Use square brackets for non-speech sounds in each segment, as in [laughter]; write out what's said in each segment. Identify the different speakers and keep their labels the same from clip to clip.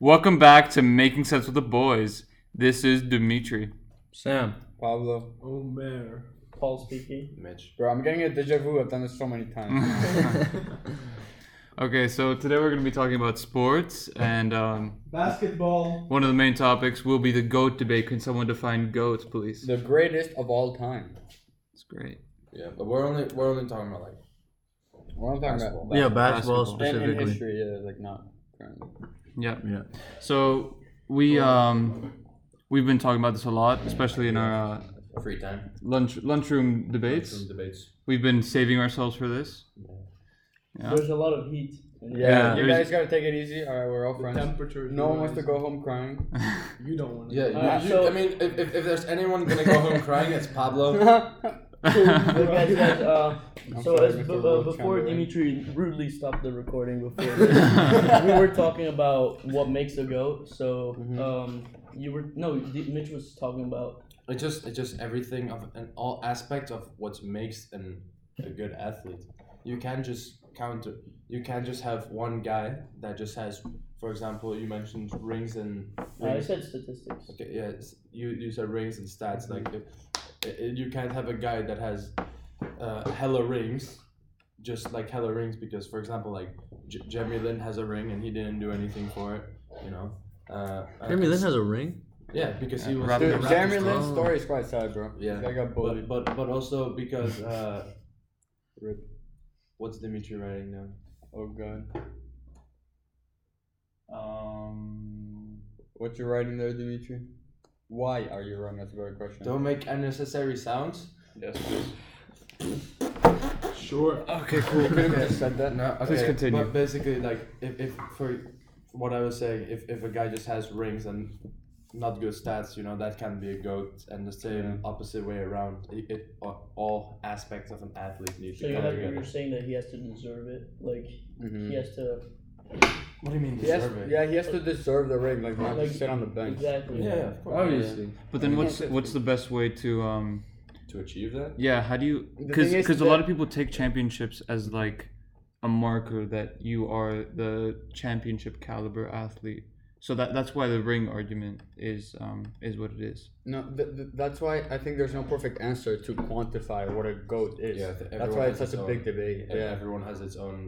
Speaker 1: Welcome back to Making Sense with the Boys. This is Dimitri.
Speaker 2: Sam.
Speaker 3: Pablo.
Speaker 4: Omer.
Speaker 2: Paul speaking.
Speaker 3: Mitch.
Speaker 4: Bro, I'm getting a deja vu. I've done this so many times.
Speaker 1: Okay, so today we're going to be talking about sports, and um,
Speaker 5: Basketball.
Speaker 1: one of the main topics will be the GOAT debate. Can someone define GOATs, please?
Speaker 4: the greatest of all time.
Speaker 1: It's great.
Speaker 3: Yeah, but we're only we're only talking about like
Speaker 4: What I'm talking
Speaker 3: basketball.
Speaker 4: about.
Speaker 2: Yeah, basketball,
Speaker 1: Basketball.
Speaker 4: In, in
Speaker 2: specifically.
Speaker 4: history, yeah, like not currently.
Speaker 1: Yeah.
Speaker 2: Yeah.
Speaker 1: So we um we've been talking about this a lot, especially in our uh,
Speaker 3: free time
Speaker 1: lunch lunchroom debates.
Speaker 3: Some debates.
Speaker 1: We've been saving ourselves for
Speaker 3: [laughs]
Speaker 1: this. Yeah.
Speaker 2: There's a lot of heat.
Speaker 4: Yeah,
Speaker 1: Yeah.
Speaker 4: you guys gotta take it easy. All right, we're all friends.
Speaker 5: Temperature. is
Speaker 4: No one wants to
Speaker 5: rising.
Speaker 4: go home crying.
Speaker 5: You don't want to.
Speaker 3: Yeah, you,
Speaker 2: Alright,
Speaker 3: you-
Speaker 2: Uh, so-
Speaker 3: I mean, if, if, if there's anyone gonna go home crying, it's Pablo.
Speaker 2: Look, guys, guys, uh,
Speaker 4: I'm
Speaker 2: so
Speaker 4: sorry,
Speaker 2: as,
Speaker 4: Mr.
Speaker 2: b- uh,
Speaker 4: Will
Speaker 2: before
Speaker 4: Chamberlain.
Speaker 2: Dimitri rudely stopped the recording
Speaker 3: [laughs]
Speaker 2: before this, we were talking about what makes a goat. So
Speaker 3: Mm-hmm.
Speaker 2: um, you were no, D- Mitch was talking about
Speaker 3: It just it just everything of and all aspects of what makes an a good athlete. You can just counter. You can just have one guy that just has, for example, you mentioned rings and
Speaker 2: I
Speaker 3: rings.
Speaker 2: uh, said statistics.
Speaker 3: Okay, yeah, it's- you you said rings and stats. Like, if, i- i- you can't have a guy that has uh, hella rings, just like hella rings, because for example, like J- Jeremy Lin has a ring and he didn't do anything for it, you know. Uh,
Speaker 2: Jeremy
Speaker 3: Lin
Speaker 2: has a ring.
Speaker 3: yeah, because he was.
Speaker 1: Raptors-
Speaker 3: the
Speaker 4: Dude,
Speaker 3: Raptors
Speaker 4: Jeremy
Speaker 3: coach.
Speaker 4: Lin's story is quite sad, bro.
Speaker 3: Yeah.
Speaker 4: I got
Speaker 3: But,
Speaker 4: bullied.
Speaker 3: but but also because uh,
Speaker 4: Rip.
Speaker 3: what's Dimitri writing now?
Speaker 4: Oh god. Um, what you writing there, Dimitri? Why are you wrong? That's a better question.
Speaker 3: Don't make unnecessary sounds.
Speaker 4: Yes, please.
Speaker 5: Sure.
Speaker 1: Okay, cool.
Speaker 4: Couldn't have said that.
Speaker 3: No, okay.
Speaker 1: Please continue.
Speaker 3: But basically, like, if, if for what I was saying, if, if a guy just has rings and not good stats, you know, that can be a goat. And the same
Speaker 4: Yeah.
Speaker 3: opposite way around. It, it all aspects of an athlete need
Speaker 2: So
Speaker 3: to
Speaker 2: you
Speaker 3: come
Speaker 2: have,
Speaker 3: together.
Speaker 2: you're saying that he has to deserve it, like
Speaker 4: Mhm.
Speaker 3: Mm.
Speaker 2: he has to
Speaker 3: What do you mean
Speaker 4: He has, yeah, he has to deserve the ring, like not
Speaker 2: Like,
Speaker 4: just sit on the bench.
Speaker 2: exactly.
Speaker 3: Yeah, of course.
Speaker 4: Obviously.
Speaker 1: But then what's what's the best way to um
Speaker 3: To achieve that,
Speaker 1: yeah, how do you
Speaker 4: The
Speaker 1: cuz
Speaker 4: thing is
Speaker 1: cuz a
Speaker 4: that-
Speaker 1: lot of people take championships as like a marker that you are the championship caliber athlete. So that that's why the ring argument is um is what it is.
Speaker 4: No, th- th- that's why I think there's no perfect answer to quantify what a goat is.
Speaker 3: Yeah, th-
Speaker 4: that's
Speaker 3: everyone
Speaker 4: why it's
Speaker 3: has
Speaker 4: such a
Speaker 3: its
Speaker 4: big debate.
Speaker 3: ev-
Speaker 4: Yeah,
Speaker 3: everyone has its own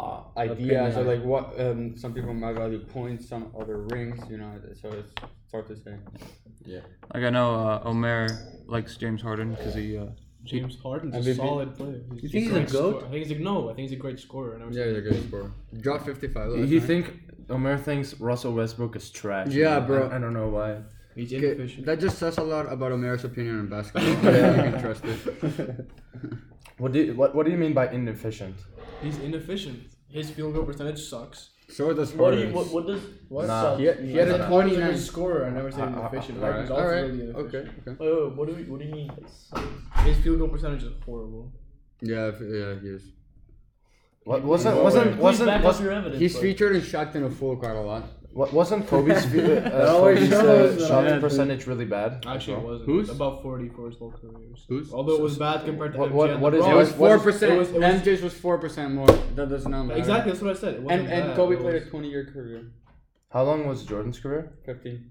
Speaker 3: uh,
Speaker 4: ideas or
Speaker 3: opinion.
Speaker 4: like what um, some people might value points, some other rings. You know, so it's, it's hard to say.
Speaker 3: yeah.
Speaker 1: Like I know uh, Omer likes James Harden cuz he uh,
Speaker 5: James Harden's
Speaker 4: MVP.
Speaker 5: a solid player.
Speaker 2: You think he's a
Speaker 5: great
Speaker 2: goat?
Speaker 5: scorer. I think he's a no. I think he's a great scorer. And I was
Speaker 4: Yeah, you're good score. Drop 55.
Speaker 3: You think Omer thinks Russell Westbrook is trash?
Speaker 4: Yeah, bro.
Speaker 3: I, I don't know why.
Speaker 5: he's inefficient.
Speaker 4: that just says a lot about Omer's opinion on
Speaker 2: [laughs]
Speaker 4: basketball. yeah, you can trust it.
Speaker 3: What do you, what, what do you mean by inefficient?
Speaker 5: He's inefficient. His field goal percentage sucks.
Speaker 4: So does
Speaker 2: What, do you, what, what does what
Speaker 3: Nah.
Speaker 2: sucks
Speaker 4: He had, he
Speaker 2: mean?
Speaker 4: had
Speaker 5: I
Speaker 4: a
Speaker 5: thought he was a
Speaker 4: 29.
Speaker 5: good scorer. I never said
Speaker 3: Uh, uh,
Speaker 5: inefficient.
Speaker 3: uh,
Speaker 5: Like,
Speaker 3: alright,
Speaker 5: he's
Speaker 4: All
Speaker 5: also
Speaker 4: right.
Speaker 5: really inefficient.
Speaker 4: Okay. Okay.
Speaker 2: Wait, wait, what do we, what do you mean? by sucks?
Speaker 5: His field goal percentage is horrible.
Speaker 4: Yeah. if- Yeah. He is.
Speaker 6: What, wasn't
Speaker 3: Wait,
Speaker 6: wasn't
Speaker 2: Please back
Speaker 6: wasn't
Speaker 2: up
Speaker 6: wasn't
Speaker 2: your evidence.
Speaker 4: He's
Speaker 2: like-
Speaker 4: featured in Shocked in a Fool quite a lot.
Speaker 6: wa-
Speaker 4: [laughs]
Speaker 6: wasn't Kobe's fi- uh,
Speaker 4: always
Speaker 6: Kobe's
Speaker 4: shows
Speaker 6: uh,
Speaker 4: that.
Speaker 6: shot
Speaker 1: Yeah,
Speaker 6: percentage really bad?
Speaker 5: Actually, it wasn't.
Speaker 1: Who's?
Speaker 5: About 40 for his whole career. so-
Speaker 4: Who's?
Speaker 5: Although it was bad compared to
Speaker 6: What-
Speaker 5: MJ
Speaker 6: what-
Speaker 5: and
Speaker 6: what is
Speaker 5: LeBron.
Speaker 6: it?
Speaker 4: It was
Speaker 6: what
Speaker 4: four
Speaker 6: is-
Speaker 5: it
Speaker 4: percent.
Speaker 5: was- it was-
Speaker 4: MJ's was four percent more. That does not matter.
Speaker 5: Exactly, that's what I said. It wasn't
Speaker 4: And and
Speaker 5: bad.
Speaker 4: Kobe
Speaker 5: It
Speaker 4: played
Speaker 5: was-
Speaker 4: a twenty-year career.
Speaker 6: How long was Jordan's career?
Speaker 4: Fifteen.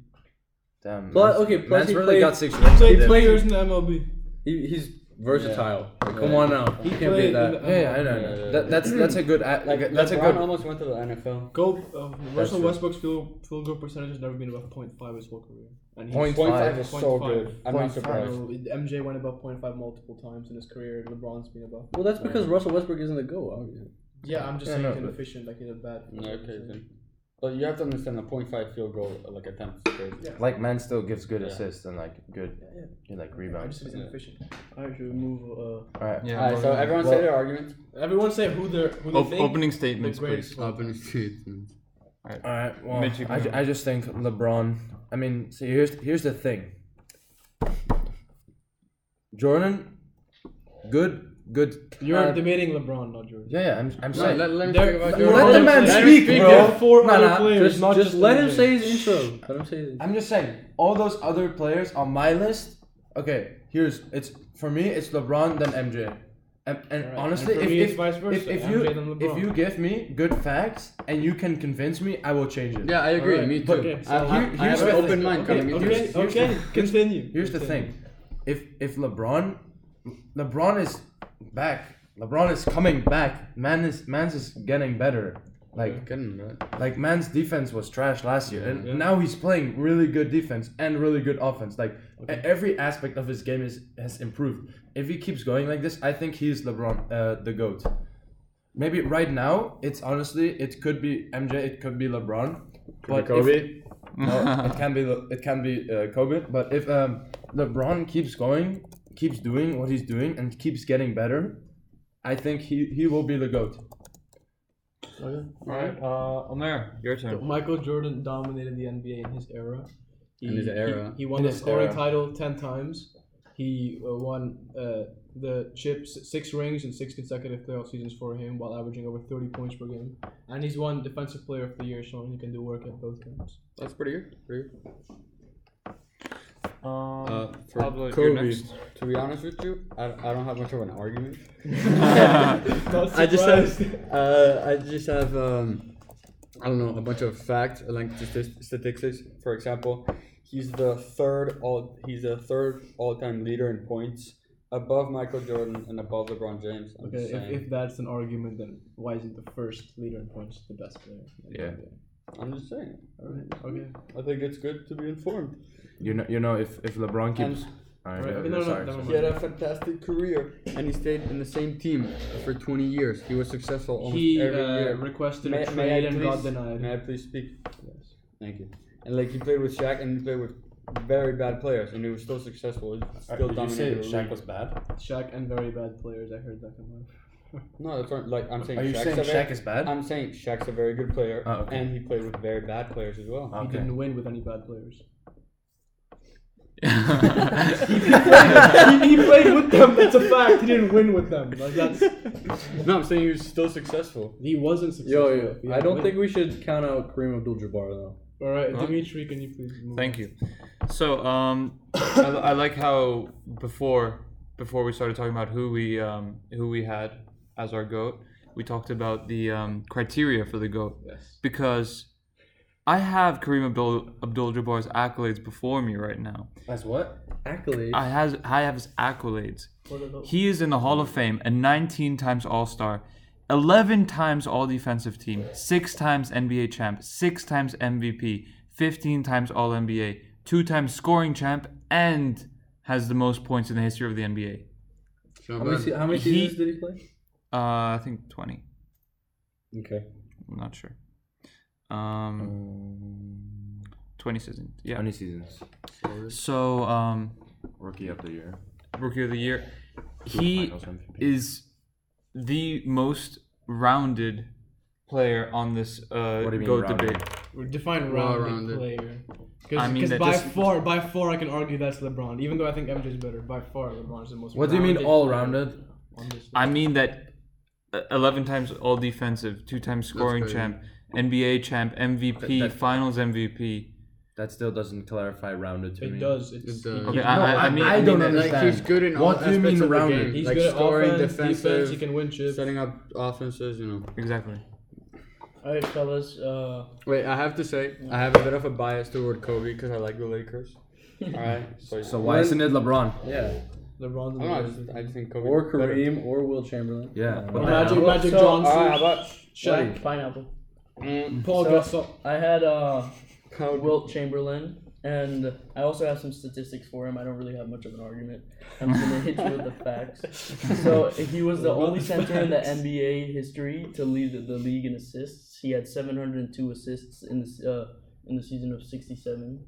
Speaker 6: Damn.
Speaker 7: But
Speaker 6: man's-
Speaker 7: okay, plus
Speaker 6: man's
Speaker 7: he
Speaker 6: really
Speaker 7: played-
Speaker 6: got six
Speaker 5: He
Speaker 6: rings.
Speaker 5: played
Speaker 6: He-
Speaker 5: two years in the MLB.
Speaker 7: He, he's versatile. Like, Come
Speaker 6: Yeah.
Speaker 7: on now. You
Speaker 5: He
Speaker 7: can't beat
Speaker 5: played in
Speaker 7: that.
Speaker 5: the-
Speaker 6: Yeah, yeah, I don't know. That, that's that's a good at,
Speaker 4: Like
Speaker 6: that's a
Speaker 4: LeBron
Speaker 6: good.
Speaker 4: almost went to the NFL.
Speaker 5: Go, uh, Russell
Speaker 6: true.
Speaker 5: Westbrook's field, field goal percentage has never been above 0.5 his whole career. And he's-
Speaker 6: Point
Speaker 4: Point
Speaker 6: five.
Speaker 4: five is so
Speaker 5: Point five.
Speaker 4: good. I'm not
Speaker 6: Point five.
Speaker 4: surprised.
Speaker 5: So, MJ went above 0.5 multiple times in his career, and LeBron's been above.
Speaker 7: Well, that's because Russell Westbrook isn't the GOAT, obviously.
Speaker 5: Yeah, I'm just
Speaker 6: Yeah,
Speaker 5: saying
Speaker 6: no,
Speaker 5: he's
Speaker 6: but-
Speaker 5: inefficient, like he's a bad.
Speaker 4: Yeah, Okay. Then. But you have to understand the point five field goal uh, like attempt is crazy.
Speaker 5: Yeah.
Speaker 6: Like man still gives good
Speaker 4: Yeah.
Speaker 6: assists and like good, good like
Speaker 5: I just
Speaker 6: rebounds.
Speaker 5: said he's
Speaker 4: Yeah.
Speaker 5: inefficient.
Speaker 2: Alright, should we move? uh,
Speaker 6: All right.
Speaker 1: yeah.
Speaker 4: Alright, so everyone say
Speaker 6: Well-
Speaker 4: their arguments.
Speaker 5: Everyone say who they're who they
Speaker 1: op-
Speaker 5: think
Speaker 1: opening
Speaker 5: the
Speaker 1: statements
Speaker 5: greatest
Speaker 1: please.
Speaker 5: was.
Speaker 6: All right. Well,
Speaker 1: Mitch, you
Speaker 6: I,
Speaker 1: can
Speaker 6: ju-
Speaker 1: go.
Speaker 6: I just think LeBron. I mean, see, here's here's the thing. Jordan, good, good.
Speaker 5: You're
Speaker 6: uh,
Speaker 5: debating LeBron, not Jordan.
Speaker 6: yeah, yeah. I'm, I'm
Speaker 4: No,
Speaker 6: saying.
Speaker 4: let, let me
Speaker 5: There-
Speaker 4: think about
Speaker 5: let-
Speaker 4: your
Speaker 6: let
Speaker 5: Let
Speaker 6: the
Speaker 5: him
Speaker 6: man
Speaker 5: play.
Speaker 6: speak,
Speaker 5: Speak,
Speaker 6: bro.
Speaker 5: there are four
Speaker 6: Nah,
Speaker 5: other
Speaker 6: nah.
Speaker 5: players.
Speaker 6: Just-
Speaker 5: It's not
Speaker 7: just
Speaker 5: just
Speaker 7: let him
Speaker 5: MJ.
Speaker 7: say his intro. Let him say his intro.
Speaker 6: I'm just saying, all those other players on my list. Okay, here's it's for me. It's LeBron then MJ. And, and
Speaker 5: Alright,
Speaker 6: honestly,
Speaker 5: and for
Speaker 6: if,
Speaker 5: me, it's
Speaker 6: if,
Speaker 5: vice versa.
Speaker 6: if, if
Speaker 5: MJ than
Speaker 6: you if
Speaker 5: LeBron.
Speaker 6: you give me good facts and you can convince me, I will change it.
Speaker 7: Yeah, I agree.
Speaker 5: Alright,
Speaker 7: Me too.
Speaker 5: but okay, so-
Speaker 7: I,
Speaker 6: Here-
Speaker 7: I
Speaker 6: here's
Speaker 7: have an
Speaker 6: the
Speaker 7: open
Speaker 6: thing.
Speaker 7: mind coming into
Speaker 5: Okay,
Speaker 7: this.
Speaker 5: okay, continue.
Speaker 6: Here's the thing, if if LeBron, LeBron is back. LeBron is coming back. Man is man's is getting better. Like
Speaker 7: Couldn't, right?
Speaker 6: like man's defense was trash last year, and now he's playing really good defense and really good offense. Like e- every aspect of his game is has improved. If he keeps going like this, I think he's LeBron, uh, the goat. Maybe right now it's honestly it could be MJ, it could be LeBron, but Kobe. no, it can be Le- it can be uh, Kobe. But if um, LeBron keeps going, keeps doing what he's doing, and keeps getting better, I think he he will be the goat.
Speaker 1: All right, [laughs] uh, Omer, your
Speaker 7: [laughs]
Speaker 1: turn.
Speaker 5: Michael Jordan dominated the NBA in his era. He,
Speaker 7: In his
Speaker 5: he-
Speaker 7: era.
Speaker 5: He, won
Speaker 6: In
Speaker 5: the
Speaker 6: his
Speaker 5: scoring
Speaker 6: era.
Speaker 5: title 10 times. He uh, won uh, the chips, six rings, and six consecutive playoff seasons for him while averaging over 30 points per game. And he's won Defensive Player of the Year, showing he can do work at both [laughs] games.
Speaker 7: That's pretty good. Pretty good.
Speaker 1: Um,
Speaker 7: Uh, for
Speaker 1: Pablo,
Speaker 7: Kobe.
Speaker 1: you're next.
Speaker 4: To be honest with you, I, I don't have much of an argument.
Speaker 7: I just have, uh, I just have, um, I don't know, a bunch of facts, like statist- statistics.
Speaker 4: For example, he's the third all he's the third all time leader in points, above Michael Jordan and above LeBron James. I'm
Speaker 5: Okay,
Speaker 4: just saying.
Speaker 5: if, if that's an argument, then why isn't the first leader in points the best player?
Speaker 6: Yeah.
Speaker 4: I'm just saying.
Speaker 5: Alright, okay.
Speaker 4: I think it's good to be informed.
Speaker 6: You know, you know, if if LeBron keeps.
Speaker 4: And
Speaker 6: All right,
Speaker 5: Right,
Speaker 6: yeah,
Speaker 5: okay, no,
Speaker 6: yeah,
Speaker 5: no,
Speaker 6: sorry,
Speaker 5: never
Speaker 6: sorry.
Speaker 4: he had a fantastic career.
Speaker 7: And he stayed in the same team for 20 years. He was successful almost
Speaker 5: He
Speaker 7: every
Speaker 5: uh,
Speaker 7: year.
Speaker 5: requested
Speaker 4: May-
Speaker 5: a
Speaker 4: may I
Speaker 5: trade and got
Speaker 4: please-
Speaker 5: denied.
Speaker 4: May I please speak? Yes. Thank you. And like he played with Shaq and he played with very bad players and he was still successful.
Speaker 6: Uh,
Speaker 4: He still
Speaker 3: Did you say
Speaker 4: dominated. the
Speaker 3: Shaq
Speaker 4: league.
Speaker 3: was bad?
Speaker 5: Shaq and very bad players. I heard that come up.
Speaker 4: No, that's not like I'm saying.
Speaker 6: Are you
Speaker 4: Shaq's
Speaker 6: saying
Speaker 4: a very-
Speaker 6: Shaq is bad?
Speaker 4: I'm saying Shaq's a very good player,
Speaker 6: Ah, okay. Ah.
Speaker 4: and he played with very bad players as well.
Speaker 5: He didn't win with any bad players. he, he played with them. That's a fact. He didn't win with them. Like that's
Speaker 4: No, I'm saying he was still successful.
Speaker 5: he wasn't successful.
Speaker 7: Yo, yo, I don't think we should count out Kareem Abdul-Jabbar though.
Speaker 5: All right,
Speaker 1: Huh?
Speaker 5: Dimitri, can you please? Move?
Speaker 1: Thank you. So um, I, I like how before before we started talking about who we um, who we had as our goat, we talked about the um, criteria for the goat
Speaker 5: Yes.
Speaker 1: because I have Kareem Abdul Abdul Jabbar's accolades before me right now.
Speaker 6: That's what?
Speaker 7: Accolade.
Speaker 1: I has I have his accolades.
Speaker 5: What are those?
Speaker 1: He is in the Hall of Fame, a 19 times All Star, 11 times All Defensive Team, 6 times NBA champ, 6 times MVP, 15 times All NBA, 2 times scoring champ, and has the most points in the history of the NBA.
Speaker 7: How many, se- how many
Speaker 1: He-
Speaker 7: seasons did he play?
Speaker 1: Uh, I think 20.
Speaker 4: Okay.
Speaker 1: I'm not sure. Um, 20 seasons.
Speaker 6: How
Speaker 1: Yeah.
Speaker 6: many seasons?
Speaker 1: So, um,
Speaker 6: Rookie of the year.
Speaker 1: Rookie of the Year. He
Speaker 6: Finals MVP.
Speaker 1: is the most rounded player on this uh,
Speaker 6: What do you mean
Speaker 1: GOAT
Speaker 6: rounded?
Speaker 1: debate.
Speaker 5: Define rounded
Speaker 7: Well-rounded.
Speaker 5: player.
Speaker 1: I
Speaker 5: Because
Speaker 1: mean that
Speaker 5: by
Speaker 1: just-
Speaker 5: far, by far, I can argue that's LeBron. Even though I think MJ's better, by far LeBron's the most.
Speaker 6: What do you mean
Speaker 5: rounded
Speaker 6: all
Speaker 5: player
Speaker 6: rounded?
Speaker 5: on this
Speaker 1: I mean that uh, 11 times all defensive, two times scoring
Speaker 7: crazy.
Speaker 1: champ, NBA champ, MVP,
Speaker 6: That- that-
Speaker 1: finals MVP.
Speaker 6: That still doesn't clarify rounded to
Speaker 5: list.
Speaker 6: me.
Speaker 5: It does. It's,
Speaker 7: It does.
Speaker 1: Okay,
Speaker 7: No,
Speaker 1: I, I, I
Speaker 6: I-
Speaker 1: mean,
Speaker 6: I
Speaker 1: I mean
Speaker 6: don't
Speaker 1: that-
Speaker 6: understand.
Speaker 7: Like he's good in
Speaker 6: What
Speaker 7: all
Speaker 6: do you
Speaker 7: aspects
Speaker 6: mean
Speaker 7: of the
Speaker 6: rounded?
Speaker 7: game.
Speaker 5: He's
Speaker 7: like
Speaker 5: good at
Speaker 7: scoring,
Speaker 5: offense,
Speaker 7: defensive,
Speaker 5: defense. He can win chips.
Speaker 7: setting up offenses. You know.
Speaker 1: Exactly.
Speaker 2: All right, fellas. Uh,
Speaker 7: Wait, I have to say,
Speaker 4: I have a bit of a bias toward Kobe because I like the
Speaker 2: [laughs]
Speaker 4: Lakers. All right. So,
Speaker 6: So why isn't it LeBron?
Speaker 7: yeah,
Speaker 4: I
Speaker 5: LeBron's. the
Speaker 4: don't know. I
Speaker 5: best.
Speaker 4: just, I just think Kobe.
Speaker 7: or
Speaker 4: better.
Speaker 7: Kareem or Will Chamberlain.
Speaker 6: Yeah.
Speaker 7: I don't
Speaker 6: but
Speaker 7: know.
Speaker 5: Magic,
Speaker 6: now-
Speaker 5: Magic
Speaker 2: so,
Speaker 5: Johnson,
Speaker 4: All right. How about mm,
Speaker 5: Shaq,
Speaker 2: pineapple.
Speaker 5: Paul [laughs] Gasol.
Speaker 2: I had uh,
Speaker 4: Kobe?
Speaker 2: Wilt Chamberlain, and I also have some statistics for him. I don't really have much of an argument. I'm just gonna hit you with the facts. So he was the only center in the NBA history to lead the, the league in assists. He had 702 assists in the uh, in the season of 67.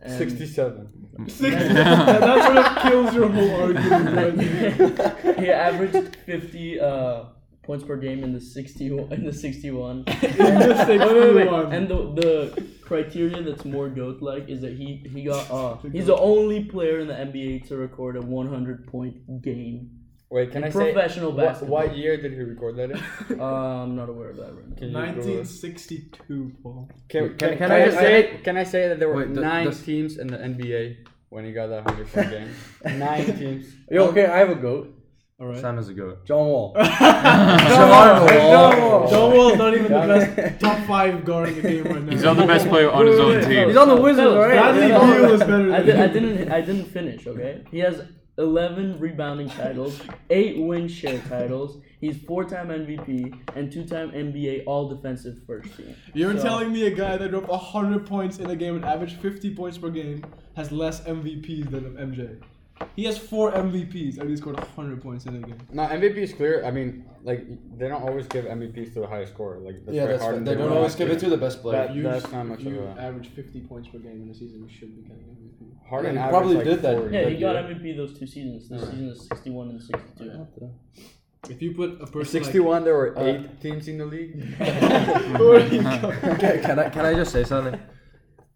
Speaker 2: And-
Speaker 4: 67.
Speaker 5: [laughs] that sort of kills your whole argument.
Speaker 2: [laughs] he averaged 50 uh, points per game in the 60 in the 61. And-
Speaker 5: the
Speaker 2: wait, wait, wait.
Speaker 5: 61.
Speaker 2: And the, the criteria that's more goat like is that he he got uh he's the only player in the NBA to record a 100 point game.
Speaker 4: Wait, can I say
Speaker 2: Professional
Speaker 4: wha-
Speaker 2: basketball.
Speaker 4: What year did he record
Speaker 2: [laughs]
Speaker 4: that in?
Speaker 2: Uh, I'm not aware of that right now.
Speaker 4: Can you Google it?
Speaker 5: 1962, Paul.
Speaker 4: Can,
Speaker 6: Can-
Speaker 4: can,
Speaker 6: can
Speaker 4: can
Speaker 6: I
Speaker 4: I,
Speaker 6: just
Speaker 4: say? Can I say that there were
Speaker 6: Wait, the-
Speaker 4: nine
Speaker 6: the-
Speaker 3: [laughs]
Speaker 4: teams in the NBA when he got that hundred point game? Nine teams.
Speaker 7: Yo, okay, I have a goat.
Speaker 5: All right.
Speaker 6: Sam is a goat.
Speaker 4: John
Speaker 5: [laughs]
Speaker 4: Wall.
Speaker 6: John
Speaker 4: John Wall.
Speaker 5: John Wall's not even the best top five guard in the game right now.
Speaker 1: He's not the best player on his own team.
Speaker 7: He's on the Wizards,
Speaker 2: Fellas,
Speaker 7: alright?
Speaker 2: fellas,
Speaker 5: Bradley
Speaker 2: fellas.
Speaker 5: Beal is better
Speaker 2: I,
Speaker 5: than
Speaker 2: did, I
Speaker 5: him.
Speaker 2: didn't. I didn't finish. Okay, he has eleven rebounding titles, eight win share titles. He's four-time MVP and two-time NBA All Defensive First Team.
Speaker 5: You're
Speaker 2: So-
Speaker 5: telling me a guy that dropped 100 points in a game and averaged 50 points per game has less MVPs than MJ. He has four MVPs and he scored 100 points in a game.
Speaker 4: No, MVP is clear. I mean, like they don't always give MVPs to the highest scorer. Like that's
Speaker 3: Yeah,
Speaker 4: very
Speaker 3: that's
Speaker 4: hard.
Speaker 3: fair.
Speaker 4: and
Speaker 3: They don't
Speaker 4: wouldn't
Speaker 3: always
Speaker 4: have
Speaker 3: give it to the best player.
Speaker 4: That-
Speaker 5: You-
Speaker 4: that's not much of
Speaker 5: you
Speaker 4: a-
Speaker 5: average 50 points per game in a season. You should be getting MVP.
Speaker 4: Harden
Speaker 3: Yeah, he
Speaker 4: averaged,
Speaker 3: probably
Speaker 4: like,
Speaker 3: did that.
Speaker 4: 40.
Speaker 2: Yeah, he
Speaker 3: Yeah.
Speaker 2: got MVP those two seasons. This season is sixty-one and sixty-two.
Speaker 5: If you put a person [laughs] like,
Speaker 4: 61. There were eight teams in the league.
Speaker 6: [laughs] can, can I can I just say something?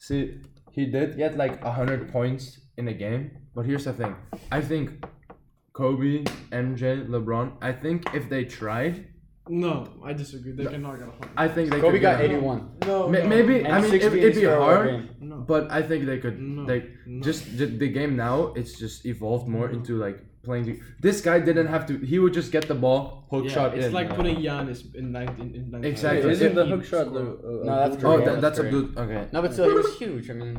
Speaker 6: See, he did get like hundred points in a game, but here's the thing. I think Kobe, MJ, LeBron. I think if they tried,
Speaker 5: no, I disagree. They cannot get 100.
Speaker 6: I think they
Speaker 4: Kobe
Speaker 6: could
Speaker 4: got
Speaker 6: get-
Speaker 4: 81.
Speaker 5: no,
Speaker 6: Ma- Maybe I
Speaker 4: And
Speaker 6: mean it,
Speaker 4: 16
Speaker 6: it'd be
Speaker 4: steroid
Speaker 6: hard,
Speaker 4: game.
Speaker 5: No.
Speaker 6: but I think they could.
Speaker 5: No,
Speaker 6: They
Speaker 5: no.
Speaker 6: just ju- the game now. It's just evolved more into like playing. the- This guy didn't have to. He would just get the ball, hook
Speaker 5: Yeah,
Speaker 6: shot
Speaker 5: it's
Speaker 6: in.
Speaker 5: like putting Giannis in 19 in 19.
Speaker 6: Exactly.
Speaker 5: Yeah,
Speaker 7: Isn't
Speaker 6: Isn't the
Speaker 7: the
Speaker 6: He
Speaker 7: hook shot
Speaker 3: uh,
Speaker 4: No, that's
Speaker 6: oh,
Speaker 4: Yeah,
Speaker 6: that, that's a
Speaker 4: that's
Speaker 6: good. Okay.
Speaker 4: No, but still, he was huge. I mean,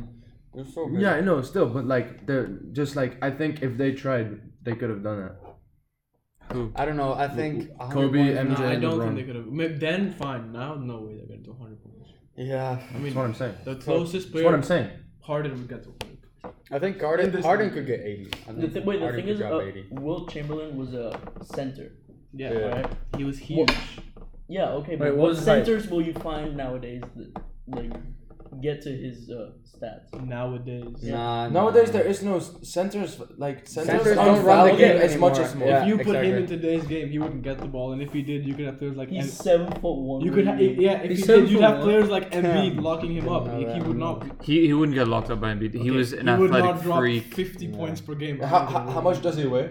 Speaker 4: he was so good.
Speaker 6: Yeah, I know. Still, but like they're just like I think if they tried, they could have done it.
Speaker 4: I don't know. I think a hundred
Speaker 6: Kobe,
Speaker 4: points-
Speaker 6: MJ,
Speaker 5: No, I
Speaker 6: and
Speaker 5: don't
Speaker 6: LeBron.
Speaker 5: think they could have. Maybe then fine. Now no way they're gonna do 100 points.
Speaker 4: Yeah,
Speaker 5: I mean,
Speaker 6: That's what I'm saying.
Speaker 5: the closest
Speaker 6: That's what
Speaker 5: player
Speaker 6: I'm saying.
Speaker 5: Harden would get to 100.
Speaker 4: I think Harden. Harden could get 80. I
Speaker 2: The
Speaker 4: think
Speaker 2: th- wait, the
Speaker 4: Harden
Speaker 2: thing
Speaker 4: could
Speaker 2: is,
Speaker 4: drop
Speaker 2: uh,
Speaker 4: 80.
Speaker 2: Will Chamberlain was a center.
Speaker 5: Yeah,
Speaker 4: Yeah.
Speaker 5: alright. He was huge.
Speaker 2: Yeah, okay,
Speaker 7: Wait,
Speaker 2: but
Speaker 7: what
Speaker 2: what
Speaker 7: was his height?
Speaker 2: centers will you find nowadays that like get to his uh, stats?
Speaker 5: Nowadays,
Speaker 4: Nah,
Speaker 3: Nowadays,
Speaker 4: nah.
Speaker 3: there is no s- centers like centers,
Speaker 4: Centers
Speaker 3: aren't
Speaker 4: don't run the
Speaker 3: valued
Speaker 4: game
Speaker 3: as much
Speaker 4: anymore.
Speaker 3: as more.
Speaker 4: Yeah.
Speaker 5: if you put him
Speaker 4: exactly.
Speaker 5: in today's game, he wouldn't get the ball, and if he did, you could have players like
Speaker 2: He's
Speaker 5: Em-
Speaker 2: seven foot one.
Speaker 5: you could ha-
Speaker 2: really.
Speaker 5: yeah, if
Speaker 7: He's
Speaker 5: he
Speaker 7: seven
Speaker 5: did, you'd
Speaker 7: foot
Speaker 5: have
Speaker 7: one.
Speaker 5: players like Embiid locking him up.
Speaker 4: know
Speaker 5: He, he
Speaker 4: that.
Speaker 5: would not.
Speaker 1: He, he wouldn't get locked up by Embiid. He
Speaker 5: okay,
Speaker 1: was an
Speaker 5: he would
Speaker 1: athletic
Speaker 5: not drop
Speaker 1: freak.
Speaker 5: Fifty points per game.
Speaker 3: How, how, how much does he weigh?